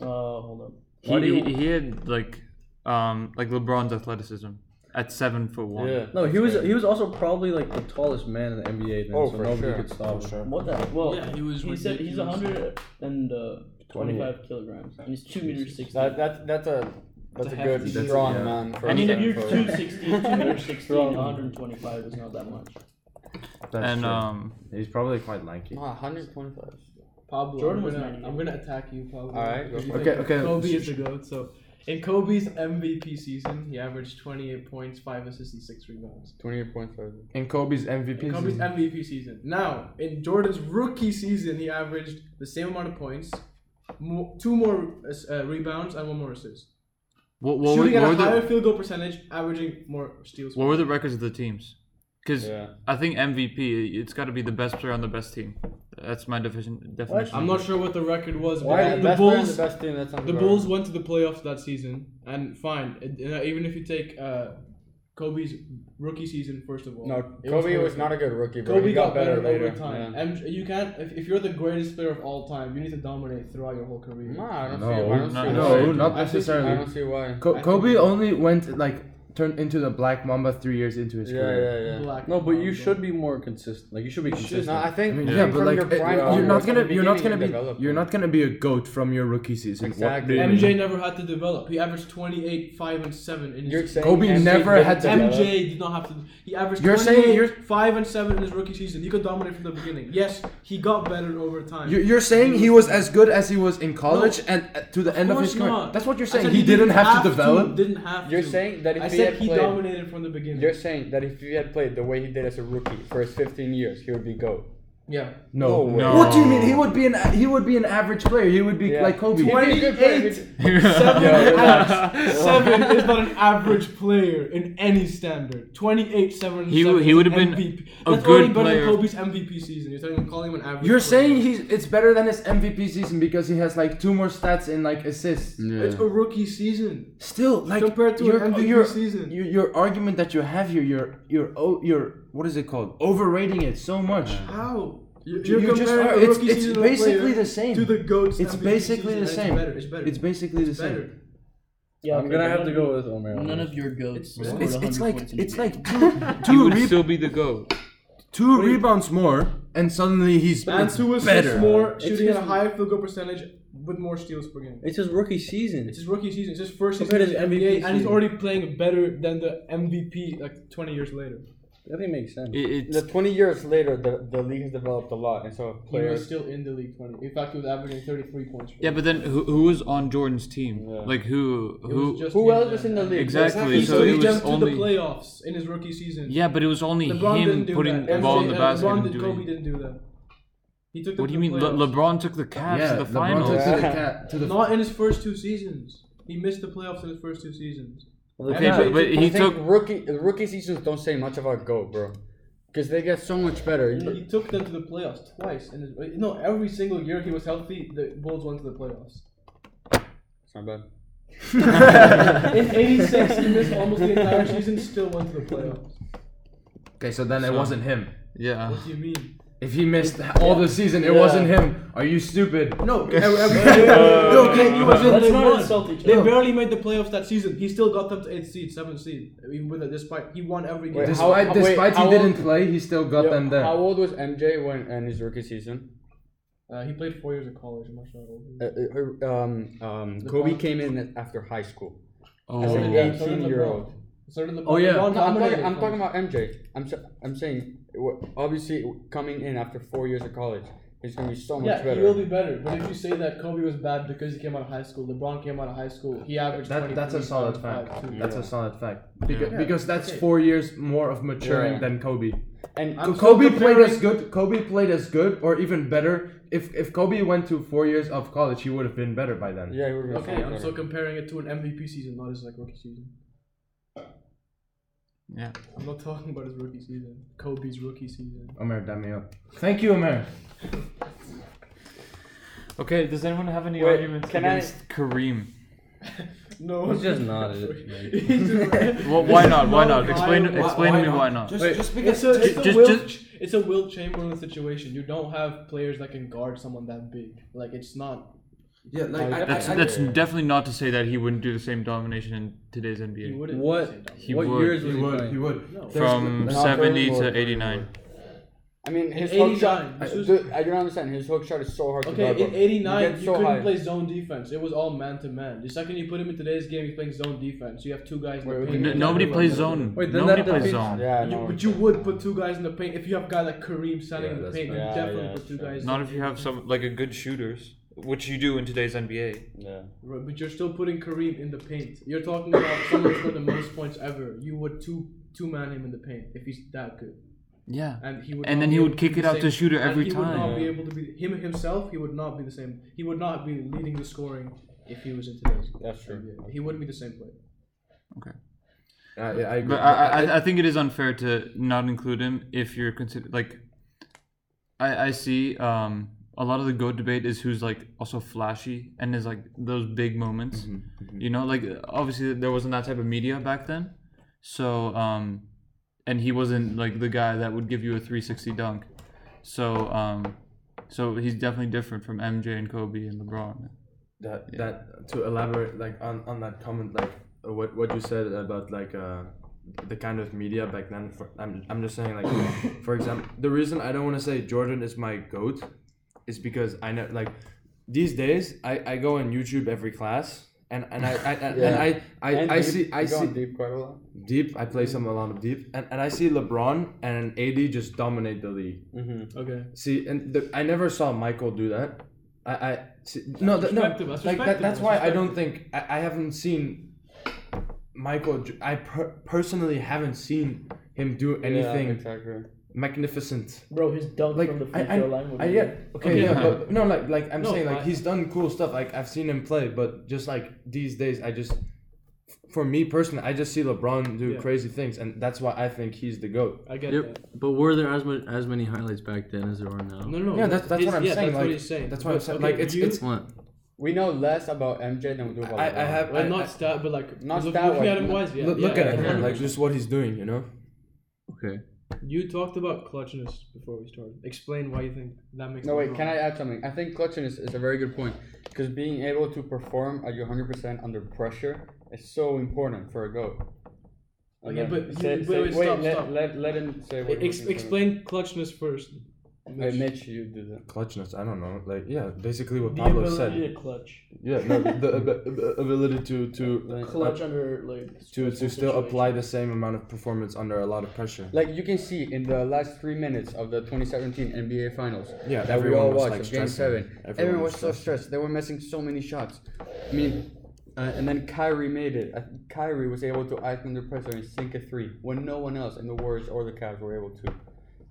Speaker 2: Uh, hold on.
Speaker 1: He, he, he had like um like LeBron's athleticism at seven foot one.
Speaker 4: Yeah.
Speaker 7: No, he was he was also probably like the tallest man in the NBA then,
Speaker 4: Oh,
Speaker 7: so
Speaker 4: for
Speaker 7: nobody
Speaker 4: sure.
Speaker 7: could stop him.
Speaker 2: What the? Well,
Speaker 5: Yeah, he was
Speaker 2: He said he's
Speaker 5: ridiculous.
Speaker 2: 125 kilograms, and he's two meters sixty.
Speaker 4: That, that, that's a that's a
Speaker 5: That's a
Speaker 4: good
Speaker 5: hefty-
Speaker 6: that's-
Speaker 4: strong
Speaker 6: yeah.
Speaker 4: man. For
Speaker 2: I mean, if you're
Speaker 4: for-
Speaker 2: 260, [laughs] 216, 125 is not that much.
Speaker 6: That's
Speaker 1: And
Speaker 6: true.
Speaker 1: um
Speaker 6: he's probably quite lanky.
Speaker 4: No, 125.
Speaker 5: Pablo,
Speaker 2: Jordan
Speaker 5: I'm
Speaker 2: was
Speaker 5: gonna,
Speaker 2: 98.
Speaker 5: I'm gonna attack you, Pablo.
Speaker 4: Alright, go
Speaker 5: Because you
Speaker 6: for it.
Speaker 5: think
Speaker 6: Okay, okay.
Speaker 5: Kobe is the goat. So, in Kobe's MVP season, he averaged 28 points, five assists, and six rebounds.
Speaker 4: 28.5.
Speaker 6: In Kobe's MVP.
Speaker 5: In Kobe's
Speaker 6: season.
Speaker 5: MVP season. Now, in Jordan's rookie season, he averaged the same amount of points, mo- two more uh, rebounds, and one more assist.
Speaker 1: what what, were,
Speaker 5: Shooting
Speaker 1: what,
Speaker 5: at a
Speaker 1: were
Speaker 5: higher
Speaker 1: the,
Speaker 5: field goal percentage, averaging more steals.
Speaker 1: what were the records of the teams? Because
Speaker 4: Yeah.
Speaker 1: I think MVP it's got to be the best player on the best team. That's my definition. definition. [laughs]
Speaker 5: I'm not sure what the record was.
Speaker 4: Why
Speaker 5: but
Speaker 4: the,
Speaker 5: the
Speaker 4: best player in
Speaker 5: Bulls
Speaker 4: the best team? That's not
Speaker 5: The
Speaker 4: fair.
Speaker 5: Bulls went to the playoffs that season, and fine, it- uh, even if you take uh, Kobe's rookie season first of all.
Speaker 4: No,
Speaker 5: it
Speaker 4: Kobe was
Speaker 5: horrible.
Speaker 4: not a good rookie, bro.
Speaker 5: Kobe
Speaker 4: he
Speaker 5: got, better,
Speaker 4: later.
Speaker 5: over time.
Speaker 4: Yeah.
Speaker 5: MJ, you can't if, if you're the greatest player of all time, you need to dominate throughout your whole career.
Speaker 4: No, I don't see why. I
Speaker 6: No,
Speaker 4: don't
Speaker 1: No,
Speaker 4: see
Speaker 6: no,
Speaker 4: why.
Speaker 6: not
Speaker 5: I think-
Speaker 4: I
Speaker 6: necessarily.
Speaker 4: don't see why.
Speaker 6: Co-
Speaker 5: I think-
Speaker 6: Kobe only went like turned into the Black Mamba three years into his
Speaker 4: Yeah,
Speaker 6: career.
Speaker 4: yeah, yeah.
Speaker 5: Black
Speaker 7: No, but you
Speaker 5: Mamba.
Speaker 7: should be more consistent. Like you should be consistent.
Speaker 4: No, I think
Speaker 6: I mean,
Speaker 4: I
Speaker 6: yeah,
Speaker 4: think
Speaker 6: but
Speaker 4: from
Speaker 6: like
Speaker 4: your
Speaker 6: it-
Speaker 4: prime
Speaker 6: you're not
Speaker 4: onwards,
Speaker 6: gonna
Speaker 4: from the
Speaker 6: you're not
Speaker 4: beginning,
Speaker 6: gonna
Speaker 4: you
Speaker 6: be
Speaker 4: develop.
Speaker 6: you're not gonna be a goat from your rookie season. What
Speaker 4: Exactly.
Speaker 6: do you
Speaker 5: MJ
Speaker 6: mean?
Speaker 5: never had to develop. He averaged 28, 5, and 7 in his
Speaker 4: You're saying
Speaker 6: Kobe
Speaker 4: MJ
Speaker 6: never
Speaker 4: didn't
Speaker 6: had to
Speaker 4: develop?
Speaker 5: MJ did not have to. He averaged
Speaker 6: You're
Speaker 5: 28,
Speaker 6: saying you're-
Speaker 5: 5 and 7 in his rookie season. He could dominate from the beginning. Yes, he got better over time.
Speaker 6: You- You're saying he was as good as he was in college
Speaker 5: No.
Speaker 6: and uh, to the end of his
Speaker 5: course
Speaker 6: career.
Speaker 5: not.
Speaker 6: That's what you're
Speaker 5: I
Speaker 6: saying.
Speaker 5: said
Speaker 6: He, didn't, have to develop.
Speaker 5: Didn't have
Speaker 4: You're
Speaker 5: to.
Speaker 4: saying that if
Speaker 5: I
Speaker 4: he
Speaker 5: said
Speaker 4: had
Speaker 5: he
Speaker 4: played-
Speaker 5: dominated from the beginning.
Speaker 4: You're saying that if he had played the way he did as a rookie for his 15 years, he would be GOAT.
Speaker 5: yeah.
Speaker 6: No.
Speaker 4: way.
Speaker 1: No.
Speaker 6: What do you mean? He would be an he would be an average player. He would be
Speaker 4: Yeah.
Speaker 6: like Kobe.
Speaker 4: He'd be a good player. He'd-
Speaker 6: [laughs]
Speaker 5: Seven,
Speaker 4: Yeah,
Speaker 5: and seven is not an average player in any standard. Twenty-eight, seven.
Speaker 1: He
Speaker 5: seven
Speaker 1: would- he
Speaker 5: is
Speaker 1: would have
Speaker 5: an
Speaker 1: been
Speaker 5: MVP.
Speaker 1: a
Speaker 5: That's
Speaker 1: good
Speaker 5: already better
Speaker 1: player.
Speaker 5: than Kobe's MVP season. You're telling him calling him an average.
Speaker 6: You're
Speaker 5: player.
Speaker 6: saying he's it's better than his MVP season because he has like two more stats and like assists.
Speaker 5: it's a rookie season.
Speaker 6: Still, like
Speaker 5: Compared to
Speaker 6: your,
Speaker 5: an MVP
Speaker 6: your,
Speaker 5: season.
Speaker 6: your your argument that you have here, you're you're oh you're what is it called? Overrating it so much.
Speaker 5: How? You're,
Speaker 6: You just
Speaker 5: comparing
Speaker 6: are-
Speaker 5: a
Speaker 6: it's-
Speaker 5: rookie
Speaker 6: it's
Speaker 5: season of a
Speaker 6: basically
Speaker 5: player
Speaker 6: the same.
Speaker 5: To the goats.
Speaker 6: It's
Speaker 5: MVP
Speaker 6: basically
Speaker 5: season,
Speaker 6: the
Speaker 5: and
Speaker 6: same.
Speaker 5: It's better. It's better.
Speaker 6: It's basically the same.
Speaker 5: better.
Speaker 2: Yeah,
Speaker 7: I'm
Speaker 2: okay,
Speaker 7: gonna
Speaker 2: but
Speaker 7: have to
Speaker 2: none
Speaker 7: go
Speaker 2: of-
Speaker 7: with Omer. on
Speaker 2: None
Speaker 7: this.
Speaker 2: of your goats.
Speaker 5: It's-
Speaker 2: scored
Speaker 6: It's, it's
Speaker 2: 100
Speaker 6: like
Speaker 2: points in
Speaker 6: it's
Speaker 2: a game.
Speaker 6: like
Speaker 1: [laughs]
Speaker 5: [laughs]
Speaker 6: two
Speaker 1: he
Speaker 6: two,
Speaker 1: would
Speaker 6: re-
Speaker 1: still be the goat.
Speaker 6: two rebounds more and suddenly he's
Speaker 5: That's who was
Speaker 6: better.
Speaker 5: more shooting at a
Speaker 7: his-
Speaker 5: higher field goal percentage, with more steals per game.
Speaker 7: It's his rookie season.
Speaker 5: It's his rookie season. It's his first season
Speaker 7: Compared
Speaker 5: in the
Speaker 7: to his
Speaker 5: NBA,
Speaker 7: MVP
Speaker 5: and he's
Speaker 7: season.
Speaker 5: already playing better than the MVP like 20 years later.
Speaker 7: That didn't make sense.
Speaker 1: It,
Speaker 4: The
Speaker 1: it's,
Speaker 4: 20 years later, the, the league has developed a lot, and so
Speaker 5: He was
Speaker 4: players.
Speaker 5: still in the league 20. In fact, he was averaging 33 points. per
Speaker 1: yeah,
Speaker 5: game.
Speaker 1: but then who, who was on Jordan's team?
Speaker 4: Yeah.
Speaker 1: Like who
Speaker 5: It was
Speaker 1: who?
Speaker 5: just
Speaker 4: Who
Speaker 5: him
Speaker 4: else was
Speaker 5: and-
Speaker 4: in the league?
Speaker 1: Exactly,
Speaker 5: He
Speaker 1: so
Speaker 5: still
Speaker 1: it was
Speaker 5: jumped
Speaker 1: only-
Speaker 5: to the playoffs in his rookie season.
Speaker 1: yeah, but it was only
Speaker 5: LeBron didn't
Speaker 1: him
Speaker 5: do
Speaker 1: putting
Speaker 5: that.
Speaker 1: the ball in the
Speaker 5: MJ
Speaker 1: basket
Speaker 5: LeBron
Speaker 1: and
Speaker 5: did, Kobe
Speaker 1: doing.
Speaker 5: didn't do that. He took them
Speaker 1: What do
Speaker 5: to
Speaker 1: you mean?
Speaker 5: the
Speaker 1: Le-
Speaker 5: playoffs.
Speaker 1: LeBron took the Cavs
Speaker 6: yeah,
Speaker 1: to the
Speaker 6: LeBron
Speaker 1: finals.
Speaker 6: took to the cat to the
Speaker 5: Not in his first two seasons. He missed the playoffs in his first two seasons.
Speaker 1: Okay, but, but
Speaker 4: I
Speaker 1: he
Speaker 4: think
Speaker 1: took
Speaker 4: rookie rookie seasons don't say much about go, bro, because they get so much better.
Speaker 5: He took them to the playoffs twice. And his, no, every single year he was healthy, the Bulls went to the playoffs.
Speaker 4: It's not bad.
Speaker 5: In '86, he [laughs] missed almost the entire season, still went to the playoffs.
Speaker 6: Okay, so then it wasn't him.
Speaker 1: yeah.
Speaker 5: What do you mean?
Speaker 6: If he missed all the season, it wasn't him. Are you stupid?
Speaker 5: No, every, every, no, Kate, you was in.
Speaker 2: Let's
Speaker 5: They,
Speaker 2: not
Speaker 5: won.
Speaker 2: insult each
Speaker 5: they
Speaker 2: other.
Speaker 5: barely made the playoffs that season. He still got them to eighth seed, seventh seed. Even with it, despite he won every game.
Speaker 4: Wait, how-
Speaker 6: Despite,
Speaker 4: how- wait,
Speaker 6: despite
Speaker 4: how
Speaker 6: he
Speaker 4: old-
Speaker 6: didn't play, he still got them there.
Speaker 4: How old was MJ when in his rookie season?
Speaker 5: uh, he played four years of college. I'm not sure how old. he
Speaker 4: Uh,
Speaker 5: is.
Speaker 4: uh, um, um, Kobe came in after high school as an
Speaker 1: Oh,
Speaker 5: Yeah, so did
Speaker 4: 18 year
Speaker 5: LeBron.
Speaker 4: old.
Speaker 5: So did LeBron.
Speaker 6: Oh, yeah.
Speaker 5: LeBron
Speaker 4: No, I'm
Speaker 5: dominated
Speaker 4: talking, I'm
Speaker 5: college.
Speaker 4: talking about MJ. I'm s- I'm saying w- obviously coming in after four years of college, he's gonna be so much
Speaker 5: Yeah,
Speaker 4: better.
Speaker 5: he will be better. But if you say that Kobe was bad because he came out of high school, LeBron came out of high school, he averaged
Speaker 6: That, that's a
Speaker 5: 23,
Speaker 6: solid
Speaker 5: 25,
Speaker 6: fact.
Speaker 5: too.
Speaker 6: That's a solid fact. Because,
Speaker 5: Yeah.
Speaker 6: because that's
Speaker 5: Okay.
Speaker 6: four years more of maturing
Speaker 4: Yeah.
Speaker 6: than Kobe.
Speaker 4: and
Speaker 5: I'm still
Speaker 6: Kobe played
Speaker 5: comparing-
Speaker 6: as good. Kobe played as good, or even better. If if Kobe went to four years of college, he would have been better by then.
Speaker 4: yeah, we're gonna
Speaker 5: Okay,
Speaker 4: find
Speaker 5: I'm
Speaker 4: better.
Speaker 5: still comparing it to an MVP season, not his like rookie season.
Speaker 1: yeah.
Speaker 5: I'm not [laughs] talking about his rookie season. Kobe's rookie season.
Speaker 6: Omer, damn me up. Thank you, Omer.
Speaker 1: Okay, does anyone have any
Speaker 4: Wait,
Speaker 1: arguments
Speaker 4: can I-
Speaker 1: against Kareem?
Speaker 5: No,
Speaker 7: He's just nodded.
Speaker 5: [laughs]
Speaker 1: [laughs] Well, why not? Why not? Explain
Speaker 5: Why-
Speaker 1: explain to me why not.
Speaker 3: Just,
Speaker 7: Wait.
Speaker 3: just
Speaker 5: It's
Speaker 3: because
Speaker 5: a, it's, a
Speaker 1: Just-
Speaker 5: Will,
Speaker 1: just-
Speaker 5: it's a Will Chamberlain situation. You don't have players that can guard someone that big. Like it's not.
Speaker 3: yeah, like I,
Speaker 1: That's
Speaker 3: I, I,
Speaker 1: that's definitely not to say that he wouldn't do the same domination in today's
Speaker 5: You
Speaker 1: NBA.
Speaker 5: wouldn't.
Speaker 7: What?
Speaker 5: say that.
Speaker 1: He
Speaker 7: what
Speaker 1: would.
Speaker 7: years
Speaker 1: He
Speaker 7: was he,
Speaker 6: would.
Speaker 7: playing?
Speaker 6: He would.
Speaker 5: No.
Speaker 1: From
Speaker 4: Not
Speaker 1: seventy
Speaker 4: very
Speaker 1: to
Speaker 4: old.
Speaker 1: eighty nine.
Speaker 4: I mean, his
Speaker 5: In
Speaker 4: hook shot.
Speaker 5: 89,
Speaker 4: I,
Speaker 5: this was-
Speaker 4: dude, I don't understand. His hook shot is so hard
Speaker 5: Okay,
Speaker 4: to guard.
Speaker 5: in
Speaker 4: bro.
Speaker 5: '89
Speaker 4: You
Speaker 5: you,
Speaker 4: get so
Speaker 5: couldn't
Speaker 4: high.
Speaker 5: play zone defense. It was all man to man. The second you put him in today's game, he's playing zone defense. You have two guys in
Speaker 4: Wait,
Speaker 5: the
Speaker 4: wait,
Speaker 5: paint.
Speaker 1: N- nobody plays zone.
Speaker 7: Wait, then
Speaker 1: nobody
Speaker 7: that
Speaker 1: plays
Speaker 7: defeats-
Speaker 1: zone.
Speaker 4: Yeah,
Speaker 5: You,
Speaker 4: no.
Speaker 5: but you would put two guys in the paint if you have a guy like Kareem standing
Speaker 6: Yeah,
Speaker 5: in the
Speaker 6: that's
Speaker 5: paint. You
Speaker 4: fair. Yeah,
Speaker 5: definitely
Speaker 4: yeah,
Speaker 5: put two
Speaker 4: sure.
Speaker 5: guys.
Speaker 1: Not
Speaker 5: in
Speaker 1: if
Speaker 5: the
Speaker 1: you have
Speaker 5: paint.
Speaker 1: some like a good shooters, which you do in today's NBA.
Speaker 4: yeah.
Speaker 5: Right, But you're still putting Kareem in the paint. You're talking
Speaker 4: [laughs]
Speaker 5: about someone who scored the most points ever. You would two two man him in the paint if he's that good,
Speaker 1: Yeah.
Speaker 5: and he would.
Speaker 1: And
Speaker 5: not
Speaker 1: then
Speaker 5: be
Speaker 1: he
Speaker 5: able
Speaker 1: would kick
Speaker 5: be
Speaker 1: it
Speaker 5: the
Speaker 1: out to
Speaker 5: same-
Speaker 1: shooter
Speaker 5: and
Speaker 1: every
Speaker 5: he would
Speaker 1: time.
Speaker 5: not be able to be him himself. He would not be the same. He would not be leading the scoring if he was in today's.
Speaker 4: That's true.
Speaker 5: NBA. He wouldn't be the same player.
Speaker 6: I, yeah, I agree.
Speaker 1: But I, I, I think it is unfair to not include him if you're consider like. I I see um a lot of the goat debate is who's like also flashy and is like those big moments. You know, like obviously there wasn't that type of media back then, so um, and he wasn't like the guy that would give you a 360 dunk. So um, so he's definitely different from MJ and Kobe and LeBron.
Speaker 6: that that to elaborate like on, on that comment like uh, what what you said about like uh the kind of media back then for, I'm, I'm just
Speaker 4: [laughs]
Speaker 6: saying like for example the reason I don't want to say Jordan is my goat is because I know like these days I, I go on YouTube every class and and I, I and, and I I,
Speaker 4: And
Speaker 6: I
Speaker 4: deep,
Speaker 6: see I
Speaker 4: you go
Speaker 6: see
Speaker 4: on deep quite a lot.
Speaker 6: deep I play some a lot of deep and, and I see LeBron and AD just dominate the league
Speaker 5: Okay.
Speaker 6: See, and the, I never saw Michael do that. I, I see, no, that, no,
Speaker 5: respectable, that's
Speaker 6: like
Speaker 5: respectable,
Speaker 6: that, that's
Speaker 5: that's
Speaker 6: why I don't think I, I haven't seen Michael. J- I per, personally haven't seen him do anything
Speaker 4: Yeah, exactly.
Speaker 6: magnificent.
Speaker 2: Bro, his dunk
Speaker 6: Like
Speaker 2: from the free
Speaker 6: I, I,
Speaker 2: throw line would
Speaker 6: I
Speaker 2: be-
Speaker 6: yeah, okay,
Speaker 1: Okay.
Speaker 6: yeah, but
Speaker 5: [laughs]
Speaker 6: no, like, like I'm
Speaker 5: No,
Speaker 6: saying, like
Speaker 5: I-
Speaker 6: he's done cool stuff. Like I've seen him play, but just like these days, I just, for me personally, I just see LeBron do
Speaker 5: Yeah.
Speaker 6: crazy things, and that's why I think he's the goat.
Speaker 5: I get
Speaker 7: Yep.
Speaker 5: that.
Speaker 7: But were there as, mu- as many highlights back then as there are now?
Speaker 5: No, no, no.
Speaker 6: Yeah, that's that's
Speaker 5: His-
Speaker 6: what I'm
Speaker 5: yeah,
Speaker 6: saying.
Speaker 5: That's
Speaker 6: like,
Speaker 5: what he's saying.
Speaker 6: That's what I'm
Speaker 5: But,
Speaker 6: saying.
Speaker 5: okay,
Speaker 6: like it's
Speaker 5: you-
Speaker 6: it's.
Speaker 7: What?
Speaker 4: We know less about MJ than we do about.
Speaker 6: I, I
Speaker 4: LeBron.
Speaker 6: have
Speaker 5: Well,
Speaker 6: I,
Speaker 5: not
Speaker 6: I-
Speaker 5: stat, but like
Speaker 4: Not
Speaker 5: look,
Speaker 4: stat
Speaker 5: looking at
Speaker 4: wise,
Speaker 5: him
Speaker 4: not-
Speaker 5: wise. Yeah,
Speaker 6: Look,
Speaker 5: yeah,
Speaker 6: look at
Speaker 5: yeah.
Speaker 6: him, like just what he's doing, you know.
Speaker 7: Okay.
Speaker 5: You talked about clutchness before we started. Explain why you think that makes.
Speaker 4: No,
Speaker 5: him
Speaker 4: wait,
Speaker 5: wrong.
Speaker 4: can I add something? I think clutching is, is a very good point because being able to perform at your 100% under pressure is so important for a goat. And
Speaker 5: Okay,
Speaker 4: then
Speaker 5: but you-
Speaker 4: say-
Speaker 5: wait,
Speaker 4: say-
Speaker 5: wait, stop,
Speaker 4: let,
Speaker 5: stop.
Speaker 4: Let, let him say what he
Speaker 5: Ex-
Speaker 4: was gonna say.
Speaker 5: explain clutchness first.
Speaker 4: Hey, Mitch, you do that.
Speaker 6: Clutchness. I don't know. Like yeah, basically what
Speaker 2: The
Speaker 6: Pablo
Speaker 2: ability
Speaker 6: said.
Speaker 2: to clutch,
Speaker 6: Yeah, no, the, the, the ability
Speaker 4: [laughs]
Speaker 6: to to uh,
Speaker 2: clutch under like
Speaker 6: to,
Speaker 2: stressful
Speaker 6: to still apply
Speaker 2: situations.
Speaker 6: the same amount of performance under a lot of pressure.
Speaker 4: Like you can see in the last three minutes of the 2017 NBA Finals
Speaker 6: Yeah,
Speaker 4: that we
Speaker 6: everyone
Speaker 4: all
Speaker 6: was,
Speaker 4: watched
Speaker 6: like,
Speaker 4: of Game
Speaker 6: stressing.
Speaker 4: Seven,
Speaker 6: Everyone
Speaker 4: everyone,
Speaker 6: was
Speaker 4: was so stressed. They were missing so many shots. I mean, uh, and then Kyrie made it. I- Kyrie was able to act under pressure and sink a three when no one else in the Warriors or the Cavs were able to.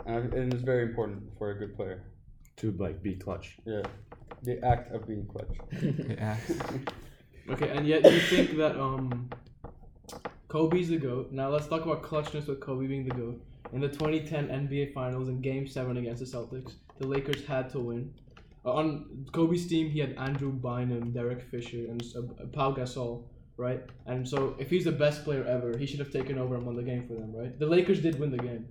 Speaker 4: And I- and it's very important for a good player.
Speaker 6: To like be clutch.
Speaker 4: Yeah, the act of being clutch.
Speaker 1: Yeah.
Speaker 5: Okay, and yet you think that um, Kobe's the goat. Now let's talk about clutchness with Kobe being the goat. In the 2010 NBA Finals, in Game Seven against the Celtics, the Lakers had to win. Uh, on Kobe's team, he had Andrew Bynum, Derek Fisher, and s- uh, Pau Gasol, right? And so, if he's the best player ever, he should have taken over and won the game for them, right? The Lakers did win the game.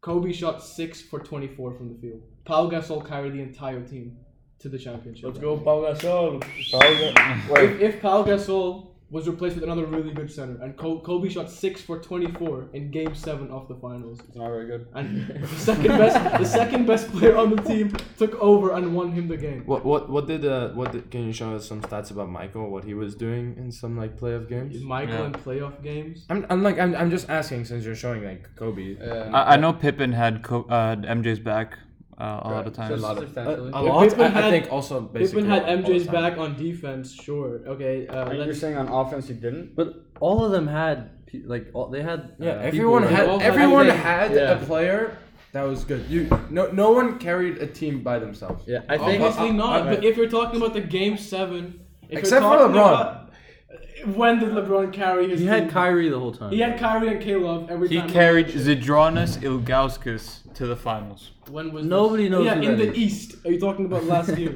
Speaker 5: Kobe shot six for 24 from the field. Pau Gasol carried the entire team to the championship.
Speaker 2: Let's go, Pau Gasol.
Speaker 5: If, if Pau Gasol was replaced with another really good center, and Ko- Kobe shot six for 24 in Game Seven of the finals,
Speaker 4: It's not very good.
Speaker 5: and
Speaker 6: [laughs]
Speaker 5: the second best, the second best player on the team took over and won him the game.
Speaker 6: What what what did uh what did, can you show us some stats about Michael? What he was doing in some like playoff games?
Speaker 5: Michael
Speaker 1: Yeah.
Speaker 5: in playoff games.
Speaker 6: I'm, I'm like I'm, I'm just asking since you're showing like Kobe.
Speaker 4: Um,
Speaker 1: I, I know Pippen had co- uh, MJ's back uh, a lot of Uh,
Speaker 4: so
Speaker 1: times.
Speaker 4: substantially.
Speaker 6: a
Speaker 5: Yeah,
Speaker 6: lot.
Speaker 5: Pippen
Speaker 6: I, I
Speaker 5: had-
Speaker 6: think also basically.
Speaker 5: Pippen had
Speaker 6: all- all the
Speaker 5: MJ's
Speaker 6: time.
Speaker 5: back on defense. Sure. Okay. Uh,
Speaker 4: and you're
Speaker 5: let's-
Speaker 4: saying on offense he didn't?
Speaker 7: But all of them had pe- like all, they had
Speaker 6: Yeah,
Speaker 7: uh,
Speaker 6: everyone
Speaker 7: people-
Speaker 6: had
Speaker 5: all had
Speaker 6: everyone
Speaker 5: MJ.
Speaker 6: had
Speaker 7: Yeah.
Speaker 6: a player that was good. You no no one carried a team by themselves.
Speaker 7: Yeah, I think
Speaker 5: Obviously not.
Speaker 6: I-
Speaker 5: but if you're talking about the Game Seven, if you're
Speaker 6: Except for
Speaker 5: talking
Speaker 6: LeBron.
Speaker 5: about- uh, when did LeBron carry his?
Speaker 7: he had
Speaker 5: team?
Speaker 7: Kyrie the whole time.
Speaker 5: He had Kyrie and Caleb every
Speaker 1: He
Speaker 5: time.
Speaker 1: carried Zidronis Ilgauskas to the finals.
Speaker 5: When was
Speaker 7: Nobody
Speaker 5: this?
Speaker 7: knows
Speaker 5: Yeah,
Speaker 7: who
Speaker 5: in
Speaker 7: that is.
Speaker 5: the East. Are you talking about last
Speaker 7: [laughs]
Speaker 5: year,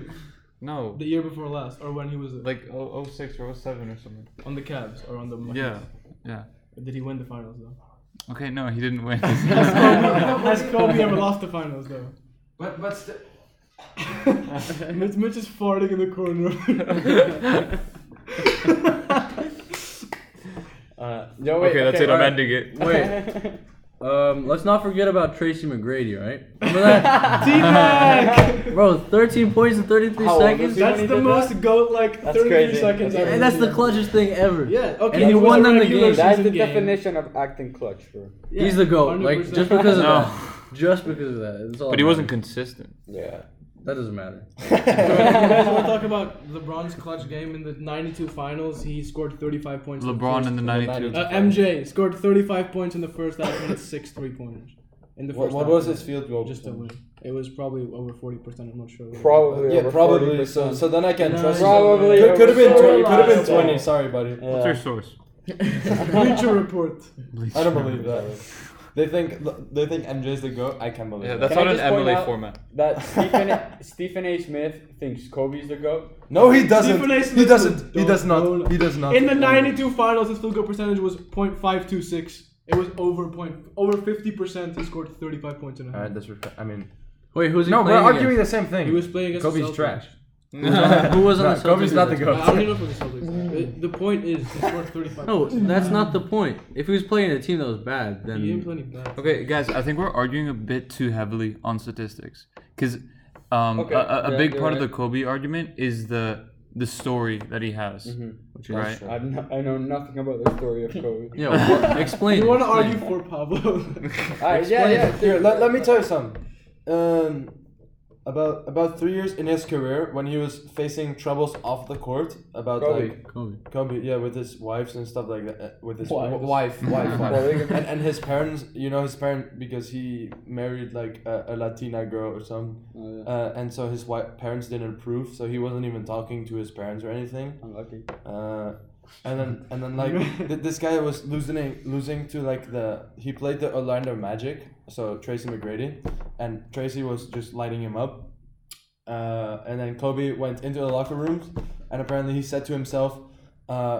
Speaker 1: No,
Speaker 5: the year before last, or when he was
Speaker 1: like 06 or 07 or something.
Speaker 5: on the Cavs or on the? Bucks?
Speaker 1: Yeah, yeah.
Speaker 5: Did he win the finals though?
Speaker 7: [laughs]
Speaker 1: Okay, no, he didn't
Speaker 4: [laughs]
Speaker 1: win. [laughs]
Speaker 5: Has Kobe ever lost the finals though?
Speaker 6: But but st-
Speaker 5: [laughs] Mitch, Mitch is farting in the
Speaker 7: [laughs]
Speaker 5: corner. [laughs]
Speaker 4: Uh, no,
Speaker 1: okay, that's it. I'm
Speaker 4: alright.
Speaker 1: ending it.
Speaker 7: [laughs] Wait. Um, let's not forget about Tracy McGrady, right? Remember that?
Speaker 5: T-Mac!
Speaker 7: Bro, 13 points in 33
Speaker 4: How old was
Speaker 7: seconds.
Speaker 4: he when
Speaker 5: That's
Speaker 4: he
Speaker 5: the
Speaker 4: did
Speaker 5: most goat like
Speaker 4: That's
Speaker 5: 33
Speaker 4: crazy.
Speaker 5: seconds
Speaker 4: That's
Speaker 5: ever.
Speaker 7: And that's the
Speaker 5: Yeah.
Speaker 7: clutchest thing ever.
Speaker 5: Yeah, okay.
Speaker 7: And he
Speaker 5: it was
Speaker 7: won
Speaker 5: a
Speaker 7: them the
Speaker 5: regular
Speaker 7: game.
Speaker 4: That's
Speaker 5: season
Speaker 4: the
Speaker 5: game.
Speaker 4: definition of acting clutch, bro.
Speaker 5: Yeah,
Speaker 7: He's the GOAT. Like,
Speaker 5: 100%.
Speaker 7: just because of
Speaker 1: No.
Speaker 7: that. Just because of that. That's all
Speaker 1: But he
Speaker 7: that
Speaker 1: wasn't
Speaker 7: matters.
Speaker 1: consistent.
Speaker 4: Yeah.
Speaker 7: That doesn't matter.
Speaker 5: [laughs] you guys want to talk about LeBron's clutch game in the 92 finals? He scored 35 points. in the
Speaker 1: LeBron
Speaker 5: first-
Speaker 1: in the 92.
Speaker 5: Uh, MJ scored 35 points in the first half and hit six three pointers. In the
Speaker 6: what,
Speaker 5: first
Speaker 6: what
Speaker 5: half.
Speaker 6: was his field goal?
Speaker 5: Just a win. It was probably over 40%. I'm not sure.
Speaker 4: Probably.
Speaker 6: Oh, yeah,
Speaker 4: over
Speaker 6: probably.
Speaker 4: 40%.
Speaker 6: So so then I can
Speaker 5: No,
Speaker 6: trust.
Speaker 4: Probably
Speaker 6: Could, could have been
Speaker 4: over
Speaker 6: twenty. Could have been
Speaker 4: 40%.
Speaker 6: twenty. Sorry,
Speaker 5: [laughs]
Speaker 6: buddy.
Speaker 1: What's your source?
Speaker 5: [laughs] Bleacher report.
Speaker 6: I don't believe that. They think they think MJ's the goat. I can't believe
Speaker 1: Yeah,
Speaker 6: that.
Speaker 1: that's
Speaker 4: Can I
Speaker 1: not an
Speaker 4: just point
Speaker 1: MLA
Speaker 4: out-
Speaker 1: format.
Speaker 4: [laughs] That Stephen, Stephen A. Smith thinks Kobe's the GOAT.
Speaker 6: No, he doesn't.
Speaker 5: Stephen A.
Speaker 6: He
Speaker 5: Smith
Speaker 6: doesn't. He
Speaker 5: was
Speaker 6: does
Speaker 5: blown
Speaker 6: not.
Speaker 5: up.
Speaker 6: He does not.
Speaker 5: In the 92 finals, his field goal percentage was .526. It was over point over 50%. He scored 35 points in a
Speaker 6: All right,
Speaker 5: half.
Speaker 6: that's. Rep- I mean,
Speaker 7: Wait, who's he
Speaker 6: no, we're
Speaker 7: playing
Speaker 6: arguing
Speaker 7: against?
Speaker 6: the same thing.
Speaker 5: He was playing against the
Speaker 6: Kobe's
Speaker 5: Celtics.
Speaker 6: trash.
Speaker 7: Who was on
Speaker 6: No,
Speaker 7: the Celtics?
Speaker 6: Kobe's not the
Speaker 7: then?
Speaker 5: I I don't
Speaker 6: goat.
Speaker 5: even know if it was the Celtics. The- The point is, he scored 35
Speaker 7: No,
Speaker 5: points.
Speaker 7: that's not the point. If he was playing a team that was bad,
Speaker 5: He didn't play
Speaker 7: then
Speaker 5: any bad.
Speaker 1: Okay, guys, I think we're arguing a bit too heavily on statistics because um,
Speaker 4: Okay,
Speaker 1: a, a, a
Speaker 4: yeah,
Speaker 1: big
Speaker 4: you're
Speaker 1: part of the
Speaker 4: right.
Speaker 1: Kobe argument is the the story that he has,
Speaker 4: Mm-hmm.
Speaker 1: right?
Speaker 4: I, don't know- I know nothing about the
Speaker 1: [laughs]
Speaker 4: story of Kobe.
Speaker 7: yeah,
Speaker 4: [laughs]
Speaker 7: what, explain.
Speaker 5: You want to
Speaker 7: explain.
Speaker 5: argue for Pablo?
Speaker 4: Alright, Ah, yeah, yeah.
Speaker 6: Oh, Here, let, let me tell you something. Um, about about three years in his career, when he was facing troubles off the court, about
Speaker 4: Kobe.
Speaker 6: like
Speaker 7: Kobe.
Speaker 6: Kobe, yeah, with his wives and stuff like that, uh, with his w-
Speaker 2: Wives.
Speaker 6: wife,
Speaker 4: [laughs]
Speaker 6: wife, wife,
Speaker 4: Kobe.
Speaker 6: and, and his parents. You know, his parent because he married like a, a Latina girl or something,
Speaker 4: Oh, yeah.
Speaker 6: uh, and so his wife, parents didn't approve, so he wasn't even talking to his parents or anything.
Speaker 4: Unlucky.
Speaker 6: Uh, and then and then like th- this guy was losing losing to like the he played the Orlando Magic, so Tracy McGrady, and Tracy was just lighting him up. Uh, and then Kobe went into the locker rooms, and apparently he said to himself, uh,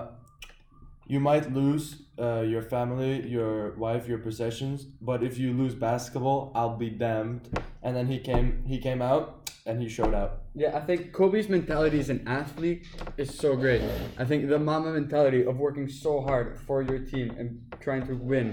Speaker 6: "You might lose uh, your family, your wife, your possessions, but if you lose basketball, I'll be damned." And then he came he came out and he showed
Speaker 4: [laughs]
Speaker 6: out.
Speaker 4: Yeah, I think Kobe's mentality as an athlete is so great. I think the mama mentality of working so hard for your team and trying to win